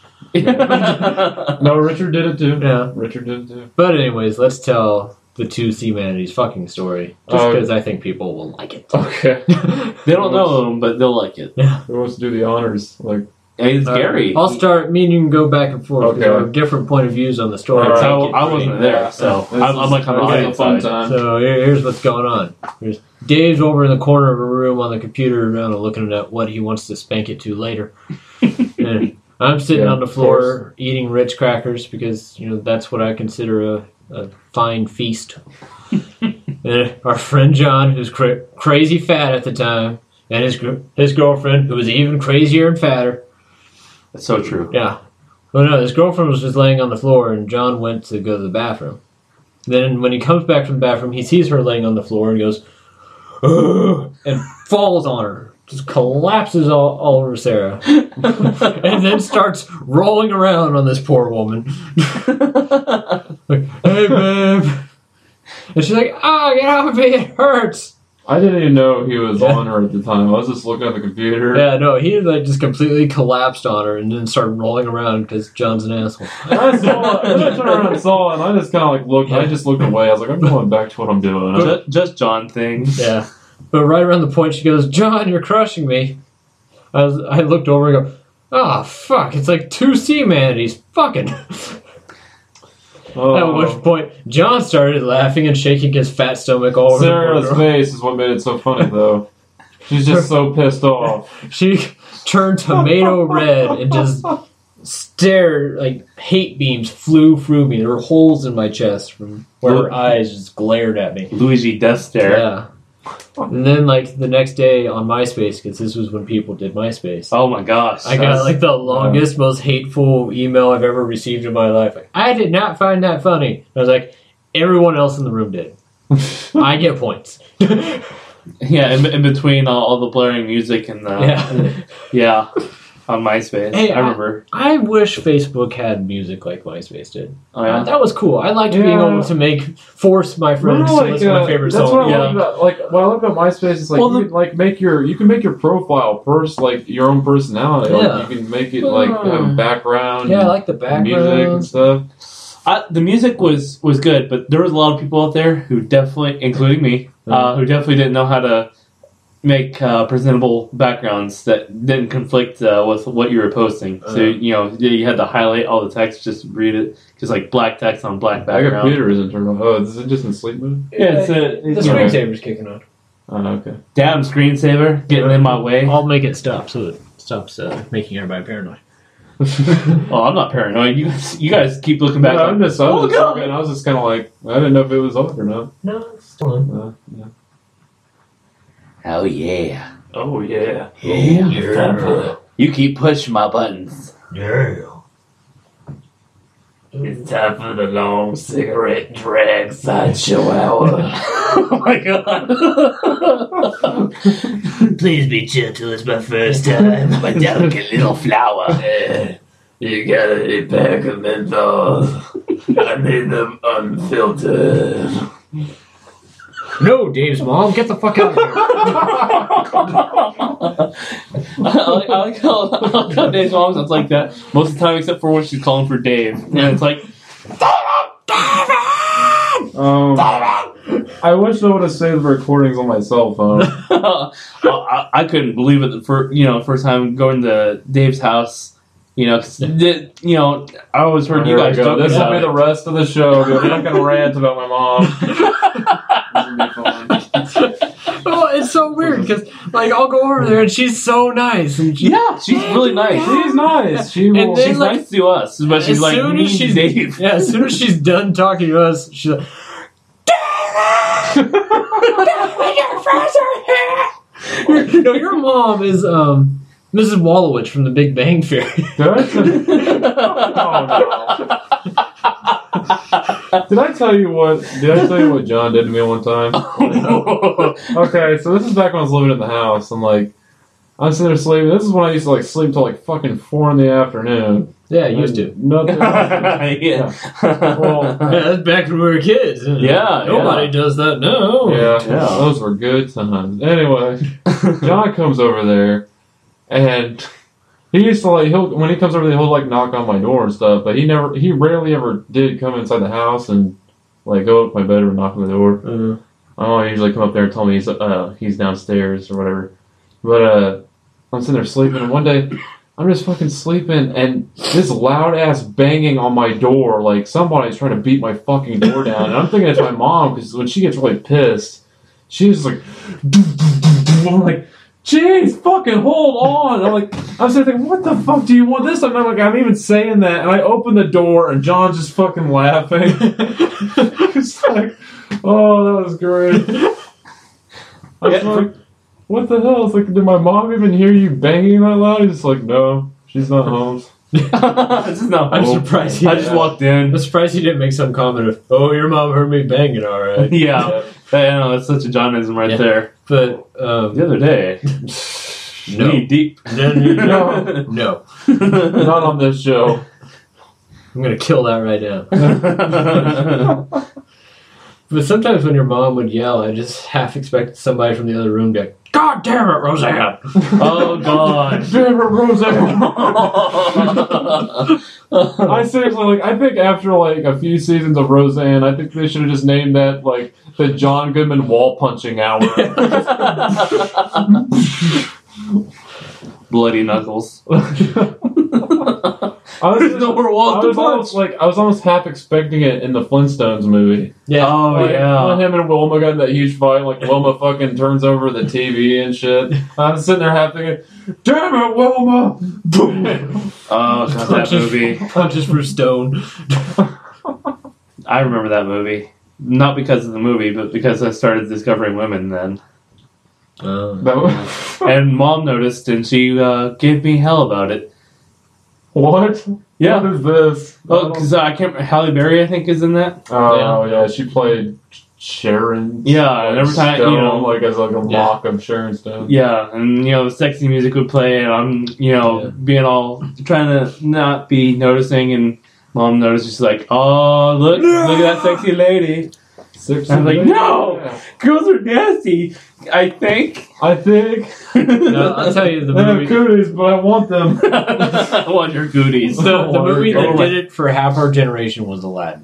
[SPEAKER 7] shit. No, Richard did it too.
[SPEAKER 5] Yeah.
[SPEAKER 7] Richard did it too.
[SPEAKER 5] But anyways, let's tell the two sea manatees fucking story, just
[SPEAKER 7] Oh.
[SPEAKER 5] because I think people will like it.
[SPEAKER 7] Okay.
[SPEAKER 6] they don't know him, but they'll like it.
[SPEAKER 7] Who wants to do the honors? Like
[SPEAKER 6] Hey, It's
[SPEAKER 5] Uh,
[SPEAKER 6] Gary.
[SPEAKER 5] I'll start. Me and you can go back and forth. 'cause
[SPEAKER 7] Okay.
[SPEAKER 5] There are different point of views on the story.
[SPEAKER 7] All right.
[SPEAKER 6] so
[SPEAKER 5] Take it
[SPEAKER 6] I
[SPEAKER 5] pretty-
[SPEAKER 6] wasn't there, so
[SPEAKER 7] This
[SPEAKER 6] I'm,
[SPEAKER 7] is-
[SPEAKER 6] I'm like on
[SPEAKER 7] this is
[SPEAKER 6] the
[SPEAKER 7] a
[SPEAKER 6] audience
[SPEAKER 7] fun
[SPEAKER 6] side.
[SPEAKER 7] time.
[SPEAKER 5] So here- here's what's going on. Here's Dave's over in the corner of a room on the computer, you know, looking at what he wants to spank it to later. and I'm sitting
[SPEAKER 7] Yeah,
[SPEAKER 5] on the
[SPEAKER 7] of course.
[SPEAKER 5] floor eating Ritz crackers because you know that's what I consider a, a fine feast. and our friend John, who's cra- crazy fat at the time, and his gr- his girlfriend, who was even crazier and fatter,
[SPEAKER 6] That's so true.
[SPEAKER 5] yeah. Well, no, his girlfriend was just laying on the floor, and John went to go to the bathroom. Then, when he comes back from the bathroom, he sees her laying on the floor and goes, "Ugh," and falls on her, just collapses all, all over Sarah, and then starts rolling around on this poor woman. like, hey, babe. And she's like, ah, get off of me, it hurts.
[SPEAKER 7] I didn't even know he was
[SPEAKER 5] Yeah.
[SPEAKER 7] on her at the time. I was just looking at the computer.
[SPEAKER 5] Yeah, no, he like just completely collapsed on her and then started rolling around because John's an asshole.
[SPEAKER 7] I saw it. and I turned around and saw it, and I just kind of like looked. I just looked away. I was like, I'm going back to what I'm doing.
[SPEAKER 6] Ju- Just, John things.
[SPEAKER 5] Yeah. But right around the point, she goes, John, you're crushing me. I, was, I looked over and go, oh, fuck, it's like two sea manatees fucking. At
[SPEAKER 7] Oh.
[SPEAKER 5] which point, John started laughing and shaking his fat stomach all over
[SPEAKER 7] Sarah's
[SPEAKER 5] the boardroom.
[SPEAKER 7] face is what made it so funny, though. She's just so pissed off.
[SPEAKER 5] She turned tomato red and just stared, like hate beams flew through me. There were holes in my chest from where her eyes just glared at me.
[SPEAKER 6] Luigi Death Stare.
[SPEAKER 5] Yeah. And then, like, the next day on MySpace, because this was when people did MySpace.
[SPEAKER 6] Oh my gosh.
[SPEAKER 5] I got like the longest, most hateful email I've ever received in my life. Like, I did not find that funny. I was like, everyone else in the room did. I get points.
[SPEAKER 6] Yeah, in, in between all, all the blaring music and the
[SPEAKER 5] yeah.
[SPEAKER 6] yeah, on MySpace.
[SPEAKER 5] Hey,
[SPEAKER 6] I
[SPEAKER 5] I-
[SPEAKER 6] remember.
[SPEAKER 5] I wish Facebook had music like MySpace did.
[SPEAKER 6] Oh, yeah.
[SPEAKER 5] That was cool. I liked being
[SPEAKER 7] Yeah.
[SPEAKER 5] able to make force my friends
[SPEAKER 7] Remember,
[SPEAKER 5] to
[SPEAKER 7] like,
[SPEAKER 5] listen to
[SPEAKER 7] uh,
[SPEAKER 5] my favorite
[SPEAKER 7] that's
[SPEAKER 5] song.
[SPEAKER 7] what I
[SPEAKER 5] Yeah.
[SPEAKER 7] love about like what I love about MySpace is like
[SPEAKER 6] Well,
[SPEAKER 7] you
[SPEAKER 6] the-
[SPEAKER 7] can, like make your you can make your profile first like your own personality.
[SPEAKER 5] Yeah.
[SPEAKER 7] Like you can make it like have a background.
[SPEAKER 5] yeah, I like the
[SPEAKER 7] and music and
[SPEAKER 5] background.
[SPEAKER 7] stuff.
[SPEAKER 6] I, the music was was good, but there was a lot of people out there who definitely, including me, uh, who definitely didn't know how to make uh, presentable backgrounds that didn't conflict uh, with what you were posting. So
[SPEAKER 5] Uh.
[SPEAKER 6] you know you you had to highlight all the text, just read it, just like black text on black
[SPEAKER 7] My
[SPEAKER 6] background.
[SPEAKER 7] computer isn't turned on. Oh, is it just in sleep mode?
[SPEAKER 6] Yeah, it's a
[SPEAKER 5] The
[SPEAKER 6] you know,
[SPEAKER 7] right.
[SPEAKER 5] screensaver's kicking on.
[SPEAKER 7] Oh, okay.
[SPEAKER 6] damn screensaver getting in my way.
[SPEAKER 5] I'll make it stop so it stops uh, making everybody paranoid.
[SPEAKER 6] Oh, I'm not paranoid. You guys, you guys keep looking back.
[SPEAKER 7] Yeah,
[SPEAKER 6] like,
[SPEAKER 7] I'm just, I
[SPEAKER 6] "Oh,
[SPEAKER 7] was,
[SPEAKER 6] look
[SPEAKER 7] just
[SPEAKER 6] out."
[SPEAKER 7] looking, I was just kind of like I didn't know if it was on or not.
[SPEAKER 5] No, it's still
[SPEAKER 7] Uh,
[SPEAKER 5] on.
[SPEAKER 7] yeah.
[SPEAKER 9] Oh yeah.
[SPEAKER 6] Oh yeah.
[SPEAKER 9] Yeah. Time for the- You keep pushing my buttons.
[SPEAKER 6] It's
[SPEAKER 9] time for the long cigarette drag sideshow hour.
[SPEAKER 6] oh my god.
[SPEAKER 9] Please be gentle, it's my first time. I'm a delicate little flower. you got a pack of menthols. I made them unfiltered.
[SPEAKER 5] No, Dave's mom, get the fuck out of here.
[SPEAKER 6] I like, I like how, I like how Dave's mom sounds like that most of the time, except for when she's calling for Dave. And it's like,
[SPEAKER 7] Um, I wish I would have saved the recordings on my cell phone.
[SPEAKER 6] I, I- I couldn't believe it the first, you know, first time going to Dave's house. You know, 'cause the- you know, I always heard you
[SPEAKER 7] Here we
[SPEAKER 6] guys
[SPEAKER 7] go.
[SPEAKER 6] talking
[SPEAKER 7] This will
[SPEAKER 6] about
[SPEAKER 7] be
[SPEAKER 6] it.
[SPEAKER 7] the rest of the show. I'm not gonna rant about my mom.
[SPEAKER 5] well, Oh, it's so weird because, like, I'll go over there and she's so nice. And she,
[SPEAKER 6] yeah, she's really nice.
[SPEAKER 7] She's nice. She
[SPEAKER 5] And
[SPEAKER 7] will.
[SPEAKER 5] then-
[SPEAKER 6] She's
[SPEAKER 5] like-
[SPEAKER 6] nice to us, but she's
[SPEAKER 5] as
[SPEAKER 6] like
[SPEAKER 5] soon
[SPEAKER 6] mean
[SPEAKER 5] as
[SPEAKER 6] to
[SPEAKER 5] she's
[SPEAKER 6] Dave.
[SPEAKER 5] yeah, as soon as she's done talking to us, she's like, your, no, your mom is um Mrs. Wallowitch from The Big Bang Theory.
[SPEAKER 7] Did I, oh, no. did I tell you what? Did I tell you what John did to me one time? Okay, so this is back when I was living in the house, and like I'm sitting there sleeping. This is when I used to like sleep till like fucking four in the afternoon.
[SPEAKER 5] yeah, used to.
[SPEAKER 7] Nothing.
[SPEAKER 6] yeah.
[SPEAKER 7] Well,
[SPEAKER 5] Yeah, that's back when we were kids.
[SPEAKER 6] Yeah,
[SPEAKER 5] nobody
[SPEAKER 6] yeah.
[SPEAKER 5] does that now.
[SPEAKER 7] Yeah,
[SPEAKER 6] Yeah.
[SPEAKER 7] those were good times. Anyway, John comes over there, and he used to like he'll when he comes over there he'll like knock on my door and stuff, but he never he rarely ever did come inside the house and like go up to my bedroom and knock on the door.
[SPEAKER 5] Uh,
[SPEAKER 7] My mom usually come up there and tell me he's uh he's downstairs or whatever. But uh I'm sitting there sleeping and one day I'm just fucking sleeping and this loud ass banging on my door like somebody's trying to beat my fucking door down. And I'm thinking it's my mom because when she gets really pissed, she's like, "Doo, doo, doo, doo." I'm like, jeez, fucking hold on. I'm like, I'm sitting there thinking, what the fuck do you want this? I'm not like, I'm even saying that. And I open the door and John's just fucking laughing. it's like, oh, that was great. I was
[SPEAKER 6] Yeah.
[SPEAKER 7] like, what the hell? It's like, did my mom even hear you banging that loud? He's just like, no, she's not home.
[SPEAKER 6] this is not
[SPEAKER 5] I'm
[SPEAKER 6] cool.
[SPEAKER 5] surprised. He
[SPEAKER 6] I just walked in.
[SPEAKER 5] I'm surprised he didn't make some comment of, "Oh, your mom heard me banging, all right."
[SPEAKER 6] Yeah, I know that's such a Johnism right
[SPEAKER 5] Yeah.
[SPEAKER 6] there.
[SPEAKER 5] But um,
[SPEAKER 6] The other day, knee
[SPEAKER 5] no,
[SPEAKER 6] deep.
[SPEAKER 5] no, no, no, no.
[SPEAKER 7] Not on this show.
[SPEAKER 5] I'm gonna kill that right now.
[SPEAKER 6] Oh,
[SPEAKER 5] But sometimes when your mom would yell, I just half expected somebody from the other room to be like, God damn it, Roseanne!
[SPEAKER 6] oh God.
[SPEAKER 7] Favorite Roseanne. I seriously like. I think after like a few seasons of Roseanne, I think they should have just named that like the John Goodman wall punching hour.
[SPEAKER 6] Bloody knuckles.
[SPEAKER 7] I was,
[SPEAKER 6] There's no more walls
[SPEAKER 7] I
[SPEAKER 6] to
[SPEAKER 7] was almost like I was almost half expecting it in the Flintstones movie.
[SPEAKER 5] Yeah.
[SPEAKER 6] Oh
[SPEAKER 7] like, when
[SPEAKER 6] yeah.
[SPEAKER 7] him and Wilma got in that huge fight. Like Wilma fucking turns over the TV and shit. I'm sitting there half thinking, "Damn it, Wilma!" Boom.
[SPEAKER 6] Oh God, that
[SPEAKER 5] Punches-
[SPEAKER 6] movie.
[SPEAKER 5] Punches for stone.
[SPEAKER 6] I remember that movie. Not because of the movie, but because I started discovering women then.
[SPEAKER 5] Oh.
[SPEAKER 7] That was-
[SPEAKER 6] And mom noticed, and she uh, gave me hell about it.
[SPEAKER 7] what?
[SPEAKER 6] Yeah.
[SPEAKER 7] What is this?
[SPEAKER 6] uh, Oh, because I can't. Halle Berry, I think, is in that.
[SPEAKER 7] Oh yeah, she played. Sharon.
[SPEAKER 6] Yeah, and every time, you
[SPEAKER 7] Stone,
[SPEAKER 6] know-
[SPEAKER 7] like as like a
[SPEAKER 5] Yeah.
[SPEAKER 7] mock of Sharon Stone.
[SPEAKER 6] Yeah, and you know, sexy music would play, and I'm you know
[SPEAKER 5] Yeah.
[SPEAKER 6] being all trying to not be noticing, and mom notices she's like, "Oh, look, look at that sexy lady.
[SPEAKER 7] Six
[SPEAKER 6] I was like,
[SPEAKER 7] of them.
[SPEAKER 6] no!
[SPEAKER 7] Yeah.
[SPEAKER 6] Girls are nasty, I think."
[SPEAKER 7] I think
[SPEAKER 5] No, uh, I'll tell you the
[SPEAKER 7] they have
[SPEAKER 5] movie.
[SPEAKER 7] cooties, but I want them.
[SPEAKER 6] I want your goodies.
[SPEAKER 5] The, the movie that
[SPEAKER 6] Oh,
[SPEAKER 5] did it for half our generation was Aladdin.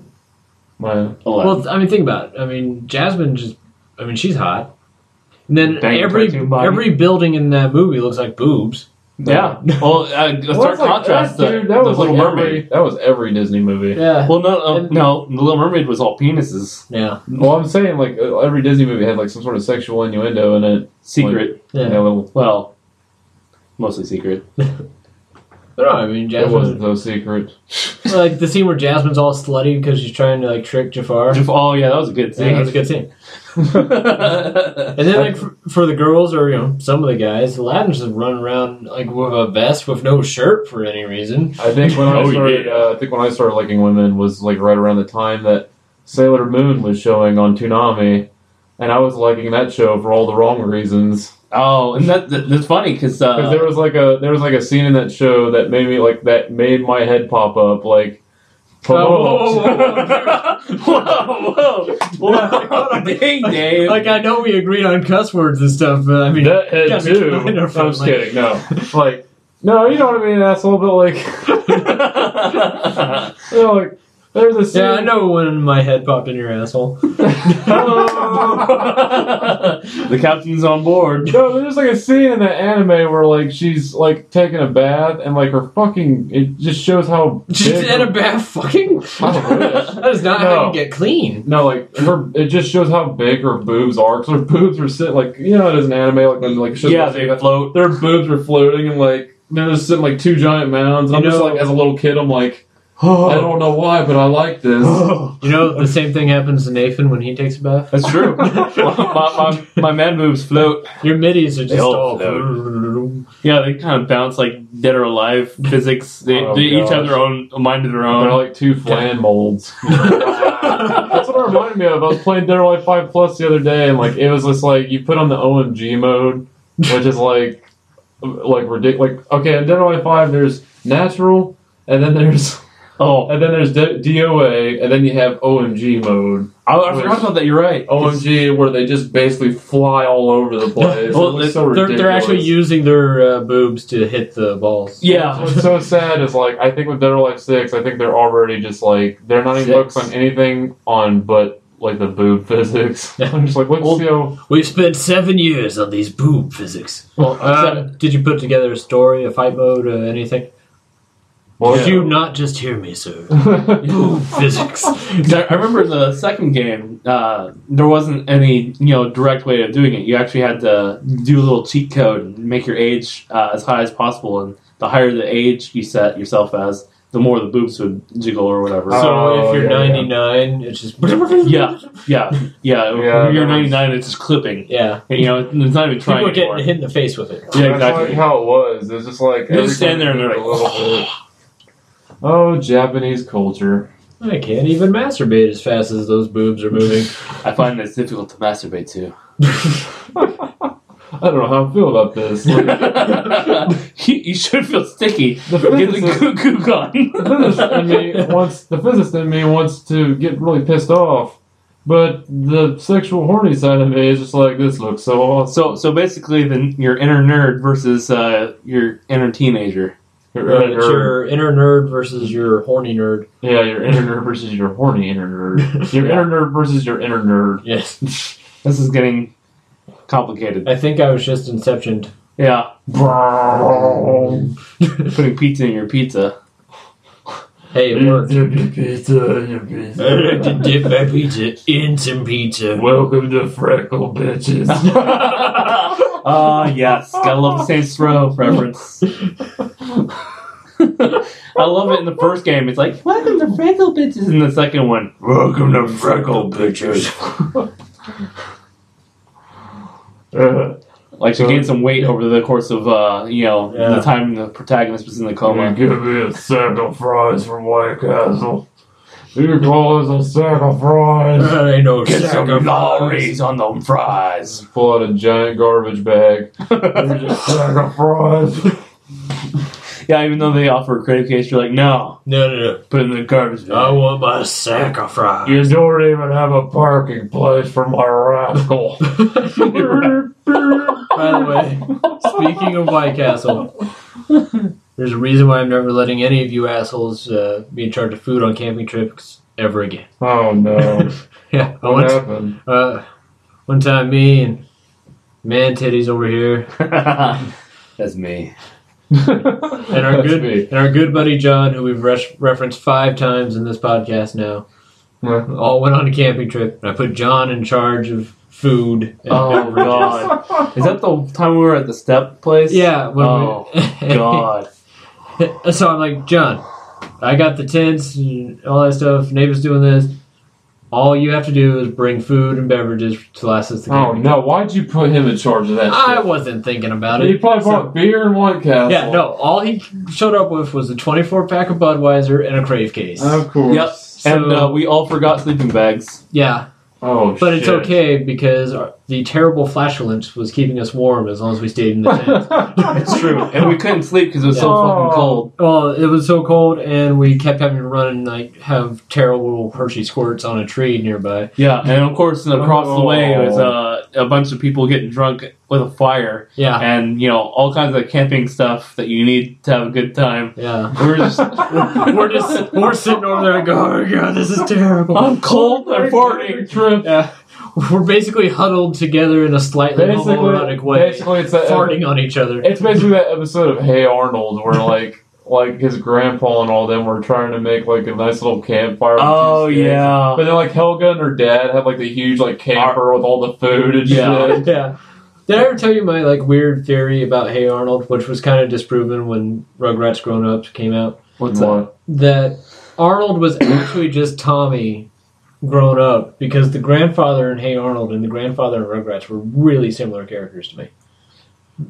[SPEAKER 7] Man,
[SPEAKER 5] Well, I mean, think about it. I mean, Jasmine just—I mean, she's hot. And then
[SPEAKER 6] Dang,
[SPEAKER 5] every
[SPEAKER 6] cartoon body.
[SPEAKER 5] every building in that movie looks like boobs.
[SPEAKER 6] yeah. Well, uh, a
[SPEAKER 7] Well,
[SPEAKER 6] stark
[SPEAKER 7] that's like-
[SPEAKER 6] contrast
[SPEAKER 7] that,
[SPEAKER 6] to
[SPEAKER 7] dude, that
[SPEAKER 6] the
[SPEAKER 7] was
[SPEAKER 6] Little
[SPEAKER 7] like
[SPEAKER 6] Mermaid.
[SPEAKER 7] Every, that was every Disney movie.
[SPEAKER 5] Yeah,
[SPEAKER 6] Well, no, uh,
[SPEAKER 5] And-
[SPEAKER 6] no, the Little Mermaid was all penises.
[SPEAKER 5] yeah,
[SPEAKER 7] Well, I'm saying like uh, every Disney movie had like some sort of sexual innuendo in it.
[SPEAKER 6] Secret.
[SPEAKER 5] yeah.
[SPEAKER 7] You know, little-
[SPEAKER 6] Well, mostly secret.
[SPEAKER 5] But no, I mean,
[SPEAKER 7] it wasn't
[SPEAKER 5] Jasmine.
[SPEAKER 7] so secret.
[SPEAKER 5] Like the scene where Jasmine's all slutty because she's trying to like trick Jafar.
[SPEAKER 6] Jaf- Oh, yeah, that was a good
[SPEAKER 5] Yeah, that was a
[SPEAKER 6] thing.
[SPEAKER 5] good scene. And then, like for, for the girls or you know some of the guys, Aladdin's just running around like with a vest with no shirt for any reason.
[SPEAKER 7] I think when I
[SPEAKER 6] Oh,
[SPEAKER 7] started,
[SPEAKER 6] yeah.
[SPEAKER 7] uh, I think when I started liking women was like right around the time that Sailor Moon was showing on Toonami, and I was liking that show for all the wrong reasons.
[SPEAKER 6] oh, and that, that- that's funny because
[SPEAKER 7] Because
[SPEAKER 6] uh,
[SPEAKER 7] there was like a there was like a scene in that show that made me like that made my head pop up like.
[SPEAKER 5] whoa, whoa, whoa, whoa.
[SPEAKER 6] whoa, whoa, whoa, dang, Dave.
[SPEAKER 5] Like I know we agreed on cuss words and stuff, but I mean
[SPEAKER 7] That head
[SPEAKER 5] gotta be
[SPEAKER 7] too.
[SPEAKER 5] kind
[SPEAKER 7] I'm
[SPEAKER 5] of
[SPEAKER 7] just
[SPEAKER 5] friendly.
[SPEAKER 7] kidding. No, like no, you know what I mean, asshole. But like, you know, like there's a scene.
[SPEAKER 5] Yeah, I know when my head popped in your asshole.
[SPEAKER 6] the captain's on board.
[SPEAKER 7] No, there's like a scene in the anime where like she's like taking a bath and like her fucking it just shows how
[SPEAKER 5] She's
[SPEAKER 7] big
[SPEAKER 5] in
[SPEAKER 7] her-
[SPEAKER 5] a bath fucking.
[SPEAKER 7] wish.
[SPEAKER 5] that is not how
[SPEAKER 7] No.
[SPEAKER 5] you get clean.
[SPEAKER 7] no like her it just shows how big her boobs are 'cause her boobs are sitting like you know it is an anime like when, like shows
[SPEAKER 6] Yeah, they float.
[SPEAKER 7] their boobs are floating and like they're just sitting like two giant mounds. And I'm
[SPEAKER 5] You
[SPEAKER 7] just
[SPEAKER 5] know- Oh.
[SPEAKER 7] like as a little kid I'm like I don't know why but I like this.
[SPEAKER 5] You know the same thing happens to Nathan when he takes a bath.
[SPEAKER 6] That's true. my, my, my man moves float.
[SPEAKER 5] Your middies are just
[SPEAKER 6] all
[SPEAKER 5] all.
[SPEAKER 6] Yeah, they kind of bounce like dead or alive physics. They,
[SPEAKER 7] Oh,
[SPEAKER 6] they each
[SPEAKER 7] gosh.
[SPEAKER 6] have their own a mind of their
[SPEAKER 7] They're
[SPEAKER 6] own.
[SPEAKER 7] like two flan molds. That's what it reminded me of. I was playing Dead or Alive 5 Plus the other day, and like it was just like you put on the OMG mode, which is like like ridiculous. Like okay, in Dead or Alive 5, there's natural, and then there's
[SPEAKER 6] Oh,
[SPEAKER 7] and then there's D- DOA, and then you have OMG mode.
[SPEAKER 6] I, I forgot about that. You're right.
[SPEAKER 7] Oh, OMG, where they just basically fly all over the place.
[SPEAKER 6] Well,
[SPEAKER 7] It looks
[SPEAKER 6] they're-
[SPEAKER 7] so
[SPEAKER 5] They're, they're actually
[SPEAKER 7] ridiculous.
[SPEAKER 5] using their uh, boobs to hit the balls.
[SPEAKER 6] Yeah.
[SPEAKER 7] What's so sad is like I think with Dead or Alive Six, I think they're already just like they're not even
[SPEAKER 5] Six.
[SPEAKER 7] focused on anything on but like the boob physics. I'm just like, let's
[SPEAKER 5] Well-
[SPEAKER 7] see how
[SPEAKER 5] We've spent seven years on these boob physics.
[SPEAKER 7] well,
[SPEAKER 5] Uh, did you put together a story, a fight mode, uh, anything?
[SPEAKER 7] Oh,
[SPEAKER 5] Did you not just hear me, sir? Boob physics.
[SPEAKER 6] I I remember the second game. Uh, there wasn't any you know direct way of doing it. You actually had to do a little cheat code and make your age uh, as high as possible. And the higher the age you set yourself as, the more the boobs would jiggle or whatever.
[SPEAKER 7] Oh.
[SPEAKER 6] So
[SPEAKER 5] So if you're
[SPEAKER 7] yeah, yeah.
[SPEAKER 5] 99, it's just
[SPEAKER 6] yeah, yeah, yeah.
[SPEAKER 7] Oh. Yeah,
[SPEAKER 6] when you're
[SPEAKER 7] that was-
[SPEAKER 6] 99, it's just clipping.
[SPEAKER 5] yeah.
[SPEAKER 6] And, you know, it's not even
[SPEAKER 5] People
[SPEAKER 6] trying
[SPEAKER 5] are
[SPEAKER 6] anymore.
[SPEAKER 5] getting hit in the face with it.
[SPEAKER 6] Yeah, exactly.
[SPEAKER 7] how it was. It's just like
[SPEAKER 6] They just stand there and they're
[SPEAKER 7] a little bit. Oh, Japanese culture.
[SPEAKER 5] I can't even masturbate as fast as those boobs are moving.
[SPEAKER 6] I find it's difficult to masturbate to.
[SPEAKER 7] I don't know how I feel about this. Like,
[SPEAKER 6] you, you should feel sticky.
[SPEAKER 7] The
[SPEAKER 6] Get the
[SPEAKER 7] physicist-
[SPEAKER 6] goo goo
[SPEAKER 7] the physicist in me
[SPEAKER 6] gone.
[SPEAKER 7] wants the physicist in me wants to get really pissed off, but the sexual horny side of me is just like this looks so awesome.
[SPEAKER 6] So, so basically, the, your inner nerd versus uh, your inner teenager.
[SPEAKER 5] Right, it's your inner nerd versus your horny nerd.
[SPEAKER 7] Yeah, your inner nerd versus your horny inner nerd. Your
[SPEAKER 6] Yeah.
[SPEAKER 7] inner nerd versus your inner nerd.
[SPEAKER 5] Yes.
[SPEAKER 6] This is getting complicated.
[SPEAKER 5] I think I was just inceptioned.
[SPEAKER 6] Yeah, putting pizza in your pizza.
[SPEAKER 5] Hey, it worked.
[SPEAKER 7] pizza, your pizza.
[SPEAKER 5] I like to Mm. dip my pizza in some pizza.
[SPEAKER 7] Welcome to Freckle Bitches.
[SPEAKER 6] Ah, yes, gotta love the Saints Row reference. I love it in the first game. It's like welcome to Freckle Bitches. In the second one,
[SPEAKER 9] Welcome to Freckle Pictures.
[SPEAKER 7] Uh,
[SPEAKER 6] like she gained some weight over the course of uh, you know
[SPEAKER 5] Yeah.
[SPEAKER 6] the time the protagonist was in the
[SPEAKER 7] Come
[SPEAKER 6] coma.
[SPEAKER 7] give me a sack of fries from White Castle. You call this a sack of fries?
[SPEAKER 5] That ain't no
[SPEAKER 9] Get some
[SPEAKER 5] sacrifice.
[SPEAKER 9] lorries on them fries.
[SPEAKER 7] Pull out a giant garbage bag. Here's a sack of fries.
[SPEAKER 6] Yeah, even though they offer a credit case, you're like, no,
[SPEAKER 5] No, no,
[SPEAKER 6] put it in the garbage.
[SPEAKER 5] no. I want my sacrifice.
[SPEAKER 7] You don't even have a parking place for my rascal.
[SPEAKER 5] By the way, speaking of White Castle, there's a reason why I'm never letting any of you assholes uh, be in charge of food on camping trips ever again.
[SPEAKER 7] oh no.
[SPEAKER 5] Yeah, I
[SPEAKER 7] What
[SPEAKER 5] once,
[SPEAKER 7] happened?
[SPEAKER 5] uh, one time me and man titties over here
[SPEAKER 6] That's me.
[SPEAKER 5] and our
[SPEAKER 7] That's
[SPEAKER 5] good
[SPEAKER 7] me.
[SPEAKER 5] and our good buddy John, who we've res- referenced five times in this podcast now,
[SPEAKER 7] Yeah.
[SPEAKER 5] all went on a camping trip. And I put John in charge of food. And
[SPEAKER 6] Oh
[SPEAKER 5] beverages.
[SPEAKER 6] god, is that the time we were at the step place?
[SPEAKER 5] Yeah. when we-
[SPEAKER 6] Oh, God.
[SPEAKER 5] so I'm like, John, I got the tents and all that stuff. Neighbors doing this. All you have to do is bring food and beverages to last us the
[SPEAKER 7] Oh
[SPEAKER 5] camping.
[SPEAKER 7] no, why'd you put him in charge of that
[SPEAKER 5] I
[SPEAKER 7] shit?
[SPEAKER 5] wasn't thinking about
[SPEAKER 7] He
[SPEAKER 5] it.
[SPEAKER 7] probably
[SPEAKER 5] So-
[SPEAKER 7] bought beer and White Castle.
[SPEAKER 5] yeah, no. All he showed up with was a 24 pack of Budweiser and a Crave case.
[SPEAKER 7] Of course.
[SPEAKER 6] Yep. and uh, we all forgot sleeping bags.
[SPEAKER 5] yeah,
[SPEAKER 7] Oh,
[SPEAKER 5] but it's
[SPEAKER 7] shit.
[SPEAKER 5] okay because our, the terrible flatulence was keeping us warm as long as we stayed in the tent.
[SPEAKER 6] It's true. And we couldn't sleep because it was so
[SPEAKER 7] Oh.
[SPEAKER 6] fucking cold.
[SPEAKER 5] well, it was so cold, and we kept having to run and like have terrible Hershey squirts on a tree nearby.
[SPEAKER 6] Yeah, and of course, and across the way
[SPEAKER 7] Oh.
[SPEAKER 6] was uh, a bunch of people getting drunk with a fire
[SPEAKER 5] Yeah,
[SPEAKER 6] and, you know, all kinds of camping stuff that you need to have a good time.
[SPEAKER 5] yeah.
[SPEAKER 6] We're just,
[SPEAKER 5] We're just we're sitting over there going, oh god, this is terrible.
[SPEAKER 6] I'm cold, I'm farting.
[SPEAKER 7] Trip.
[SPEAKER 5] Yeah, we're basically huddled together in a slightly
[SPEAKER 7] Basically,
[SPEAKER 5] homoerotic way,
[SPEAKER 7] basically, uh, it's that
[SPEAKER 5] farting on each other.
[SPEAKER 7] It's basically that episode of Hey Arnold where like like his grandpa and all them were trying to make like a nice little campfire. with
[SPEAKER 6] Oh,
[SPEAKER 7] two sticks.
[SPEAKER 6] yeah.
[SPEAKER 7] But then like Helga and her dad have like the huge like camper with all the food and
[SPEAKER 6] Yeah.
[SPEAKER 7] shit.
[SPEAKER 5] Uh, Yeah. Did I ever tell you my like weird theory about Hey Arnold, which was kind of disproven when Rugrats Grown Ups came out?
[SPEAKER 6] What's that?
[SPEAKER 7] What?
[SPEAKER 5] That Arnold was actually just Tommy grown up because the grandfather in Hey Arnold and the grandfather in Rugrats were really similar characters to me.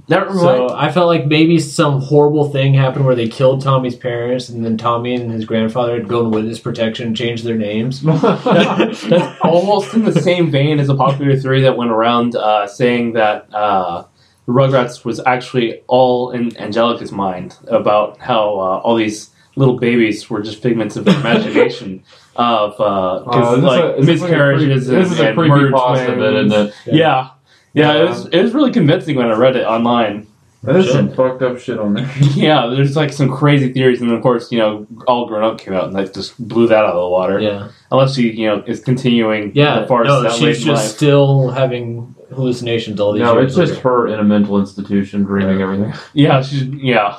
[SPEAKER 6] That
[SPEAKER 5] So
[SPEAKER 6] reminds
[SPEAKER 5] I felt like maybe some horrible thing happened where they killed Tommy's parents, and then Tommy and his grandfather had gone witness protection and changed their names.
[SPEAKER 6] That's almost in the same vein as a popular theory that went around uh, saying that uh, Rugrats was actually all in Angelica's mind about how uh, all these little babies were just figments of her imagination of uh, 'cause,
[SPEAKER 7] Uh, this is a-
[SPEAKER 6] like
[SPEAKER 7] this is like a
[SPEAKER 6] miscarriages
[SPEAKER 7] creep-
[SPEAKER 6] and,
[SPEAKER 7] This is a
[SPEAKER 6] and murder
[SPEAKER 7] creepy pasta
[SPEAKER 6] twins.
[SPEAKER 7] bit, isn't it?
[SPEAKER 6] Yeah. yeah. it was it was really convincing when I read it online.
[SPEAKER 7] There's
[SPEAKER 5] some
[SPEAKER 7] fucked up shit on there.
[SPEAKER 6] Yeah, there's like some crazy theories, and of course, you know, all grown up came out and like just blew that out of the water.
[SPEAKER 5] Yeah,
[SPEAKER 6] Unless she, you know, is continuing
[SPEAKER 5] yeah.
[SPEAKER 6] the farce
[SPEAKER 5] no,
[SPEAKER 6] that late
[SPEAKER 5] she's
[SPEAKER 6] in
[SPEAKER 5] just
[SPEAKER 6] life.
[SPEAKER 5] still having hallucinations all these
[SPEAKER 7] No,
[SPEAKER 5] years.
[SPEAKER 7] it's just
[SPEAKER 5] later.
[SPEAKER 7] her in a mental institution dreaming everything.
[SPEAKER 6] Yeah, she's yeah.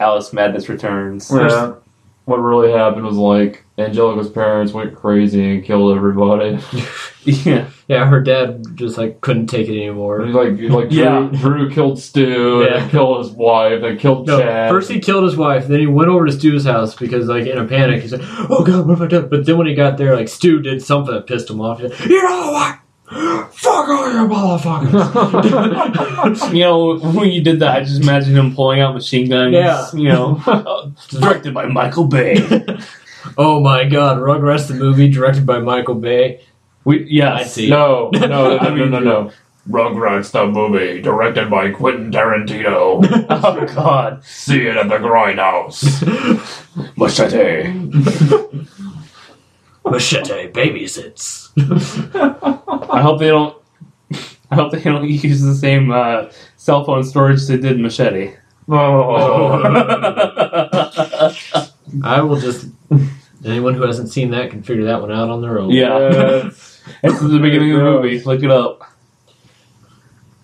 [SPEAKER 6] Alice Madness returns.
[SPEAKER 7] Yeah. What really happened was like Angelica's parents went crazy and killed everybody.
[SPEAKER 6] Yeah.
[SPEAKER 5] yeah. Her dad just like couldn't take it anymore.
[SPEAKER 7] like like Drew,
[SPEAKER 6] Yeah.
[SPEAKER 7] Drew killed Stu and
[SPEAKER 5] Yeah.
[SPEAKER 7] then killed his wife and killed
[SPEAKER 5] No,
[SPEAKER 7] Chad.
[SPEAKER 5] first he killed his wife, then he went over to Stu's house because, like, in a panic, he's like, "Oh God, what have I done?" But then when he got there, like, Stu did something that pissed him off. He's like, "You know what? Fuck all your motherfuckers."
[SPEAKER 6] You know, when you did that, I just imagine him pulling out machine guns.
[SPEAKER 5] Yeah.
[SPEAKER 6] You know, directed by Michael Bay.
[SPEAKER 5] Oh my god, Rugrats the movie directed by Michael Bay.
[SPEAKER 6] We yeah.
[SPEAKER 5] I see.
[SPEAKER 7] no, no, no,
[SPEAKER 6] I
[SPEAKER 7] no, no,
[SPEAKER 6] mean,
[SPEAKER 7] no, no. Rugrats the movie, directed by Quentin Tarantino.
[SPEAKER 6] Oh God.
[SPEAKER 7] See it at the grindhouse.
[SPEAKER 9] Machete.
[SPEAKER 5] Machete babysits.
[SPEAKER 6] I hope they don't. I hope they don't use the same uh, cell phone storage they did in Machete.
[SPEAKER 7] Oh.
[SPEAKER 5] I will just. Anyone who hasn't seen that can figure that one out on their own.
[SPEAKER 6] yeah. It's the beginning of the movie. Look it up.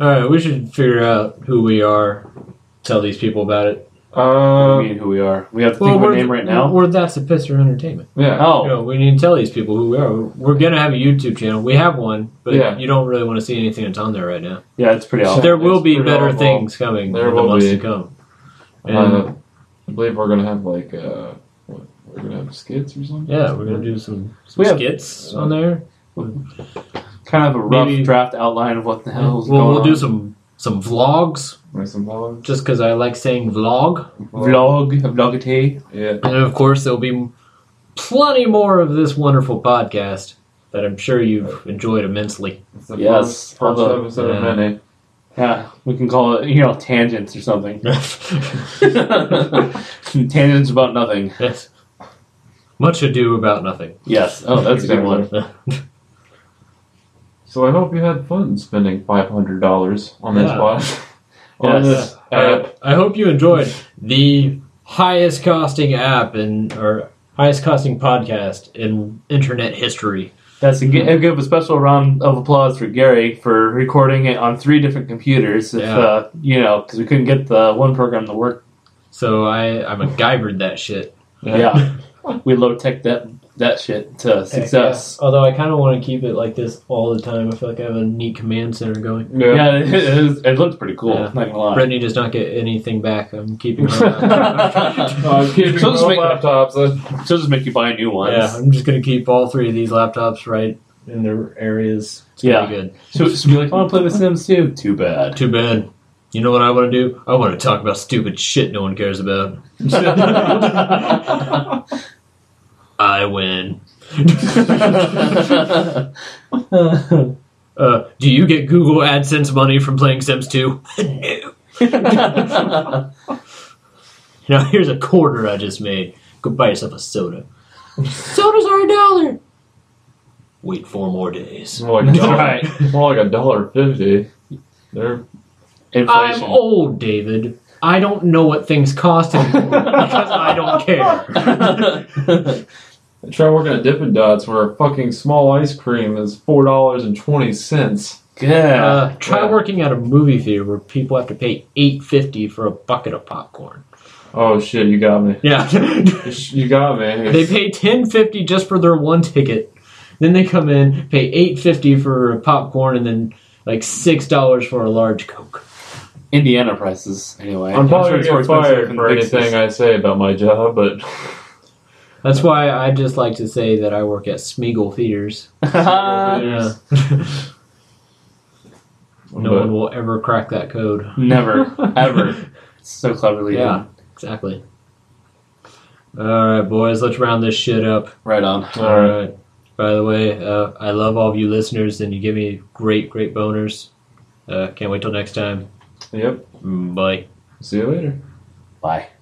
[SPEAKER 5] Alright, we should figure out who we are. Tell these people about it.
[SPEAKER 6] I
[SPEAKER 7] Um,
[SPEAKER 6] mean, who we are. We have to think of a name right now.
[SPEAKER 5] We're That's a Pisser Entertainment.
[SPEAKER 7] yeah.
[SPEAKER 5] You
[SPEAKER 6] Oh.
[SPEAKER 5] know, we need to tell these people who we are. We're going to have a YouTube channel. We have one, but
[SPEAKER 7] Yeah.
[SPEAKER 5] you don't really want to see anything that's on there right now.
[SPEAKER 6] Yeah, it's pretty awful.
[SPEAKER 5] there will
[SPEAKER 7] it's
[SPEAKER 5] be
[SPEAKER 7] pretty
[SPEAKER 5] better
[SPEAKER 7] awful.
[SPEAKER 5] things coming
[SPEAKER 7] There
[SPEAKER 5] in the
[SPEAKER 7] will
[SPEAKER 5] months
[SPEAKER 7] be.
[SPEAKER 5] to come. And,
[SPEAKER 7] Uh, I believe we're gonna have like uh, what, we're gonna have skits or something.
[SPEAKER 5] yeah, we're going to do some, some
[SPEAKER 6] We have-
[SPEAKER 5] skits on there.
[SPEAKER 6] Kind of a rough
[SPEAKER 5] Maybe-
[SPEAKER 6] draft outline of what the hell is
[SPEAKER 5] Well,
[SPEAKER 6] going
[SPEAKER 5] we'll
[SPEAKER 6] on.
[SPEAKER 5] do some some vlogs
[SPEAKER 7] Like some vlogs.
[SPEAKER 5] just because I like saying vlog,
[SPEAKER 6] vlog, vlogate.
[SPEAKER 7] Yeah.
[SPEAKER 5] and of course there'll be plenty more of this wonderful podcast that I'm sure you've enjoyed immensely.
[SPEAKER 7] It's the
[SPEAKER 6] Yes,
[SPEAKER 7] first, first
[SPEAKER 6] although-
[SPEAKER 7] episode of
[SPEAKER 5] yeah.
[SPEAKER 7] many.
[SPEAKER 6] Yeah, we can call it, you know, tangents or something. tangents about nothing.
[SPEAKER 5] Yes. Much ado about nothing.
[SPEAKER 6] Yes. Oh, that's a good one.
[SPEAKER 7] So I hope you had fun spending five hundred dollars on this
[SPEAKER 5] Yeah.
[SPEAKER 7] pod. on this
[SPEAKER 6] Yes.
[SPEAKER 5] Uh,
[SPEAKER 7] app.
[SPEAKER 5] I hope you enjoyed the highest costing app and or highest costing podcast in internet history.
[SPEAKER 6] That's a,
[SPEAKER 5] Mm-hmm.
[SPEAKER 6] gi- give a special round of applause for Gary for recording it on three different computers. If,
[SPEAKER 5] Yeah.
[SPEAKER 6] uh, you know, because we couldn't get the one program to work.
[SPEAKER 5] So I I'm a guybered that shit.
[SPEAKER 6] Yeah, we low tech that that shit to success.
[SPEAKER 5] Although I kind of want to keep it like this all the time. I feel like I have a neat command center going.
[SPEAKER 7] Yeah.
[SPEAKER 6] Yeah, it, is, it looks pretty cool.
[SPEAKER 5] Yeah.
[SPEAKER 6] Not gonna lie.
[SPEAKER 5] Brittany does not get anything back. I'm keeping her.
[SPEAKER 7] Uh, keeping
[SPEAKER 6] So let's
[SPEAKER 7] all
[SPEAKER 6] make-
[SPEAKER 7] laptops. uh,
[SPEAKER 6] So just make you buy new ones.
[SPEAKER 5] yeah, I'm just gonna keep all three of these laptops right in their areas. It's gonna be good.
[SPEAKER 6] So, so be like, I want to play The Sims too. Too bad.
[SPEAKER 5] Too bad. You know what I want to do? I want to talk about stupid shit no one cares about. I win. Uh, do you get Google AdSense money from playing Sims 2? no. Now here's a quarter I just made. Go buy yourself a soda. Sodas are a dollar. Wait four more days.
[SPEAKER 7] more like a dollar,
[SPEAKER 6] right.
[SPEAKER 7] More like a dollar fifty. They're
[SPEAKER 5] I'm
[SPEAKER 6] Inflation.
[SPEAKER 5] old, David. I don't know what things cost anymore because I don't care.
[SPEAKER 7] try working at Dippin' Dots where a fucking small ice cream is four dollars and twenty cents.
[SPEAKER 6] yeah.
[SPEAKER 5] Uh, try
[SPEAKER 7] Yeah.
[SPEAKER 5] working at a movie theater where people have to pay eight fifty for a bucket of popcorn.
[SPEAKER 7] Oh shit, you got me.
[SPEAKER 5] Yeah.
[SPEAKER 7] You sh- You got me.
[SPEAKER 5] They pay ten fifty just for their one ticket. Then they come in, pay eight fifty for popcorn, and then like six dollars for a large coke.
[SPEAKER 6] Indiana prices, anyway.
[SPEAKER 7] I'm probably
[SPEAKER 6] it's
[SPEAKER 7] gonna get
[SPEAKER 6] more expensive
[SPEAKER 7] fired
[SPEAKER 6] than
[SPEAKER 7] for
[SPEAKER 6] Texas.
[SPEAKER 7] anything I say about my job, but
[SPEAKER 5] That's why I just like to say that I work at Smeagol Theaters. Yeah. no
[SPEAKER 7] but-
[SPEAKER 5] one will ever crack that code.
[SPEAKER 6] Never, ever. so cleverly
[SPEAKER 5] Yeah,
[SPEAKER 6] done.
[SPEAKER 5] exactly. All right, boys, let's round this shit up.
[SPEAKER 6] Right on.
[SPEAKER 5] All right. By the way, uh, I love all of you listeners, and you give me great, great boners. Uh, can't wait till next time.
[SPEAKER 7] Yep.
[SPEAKER 5] Bye.
[SPEAKER 7] See you later.
[SPEAKER 6] Bye.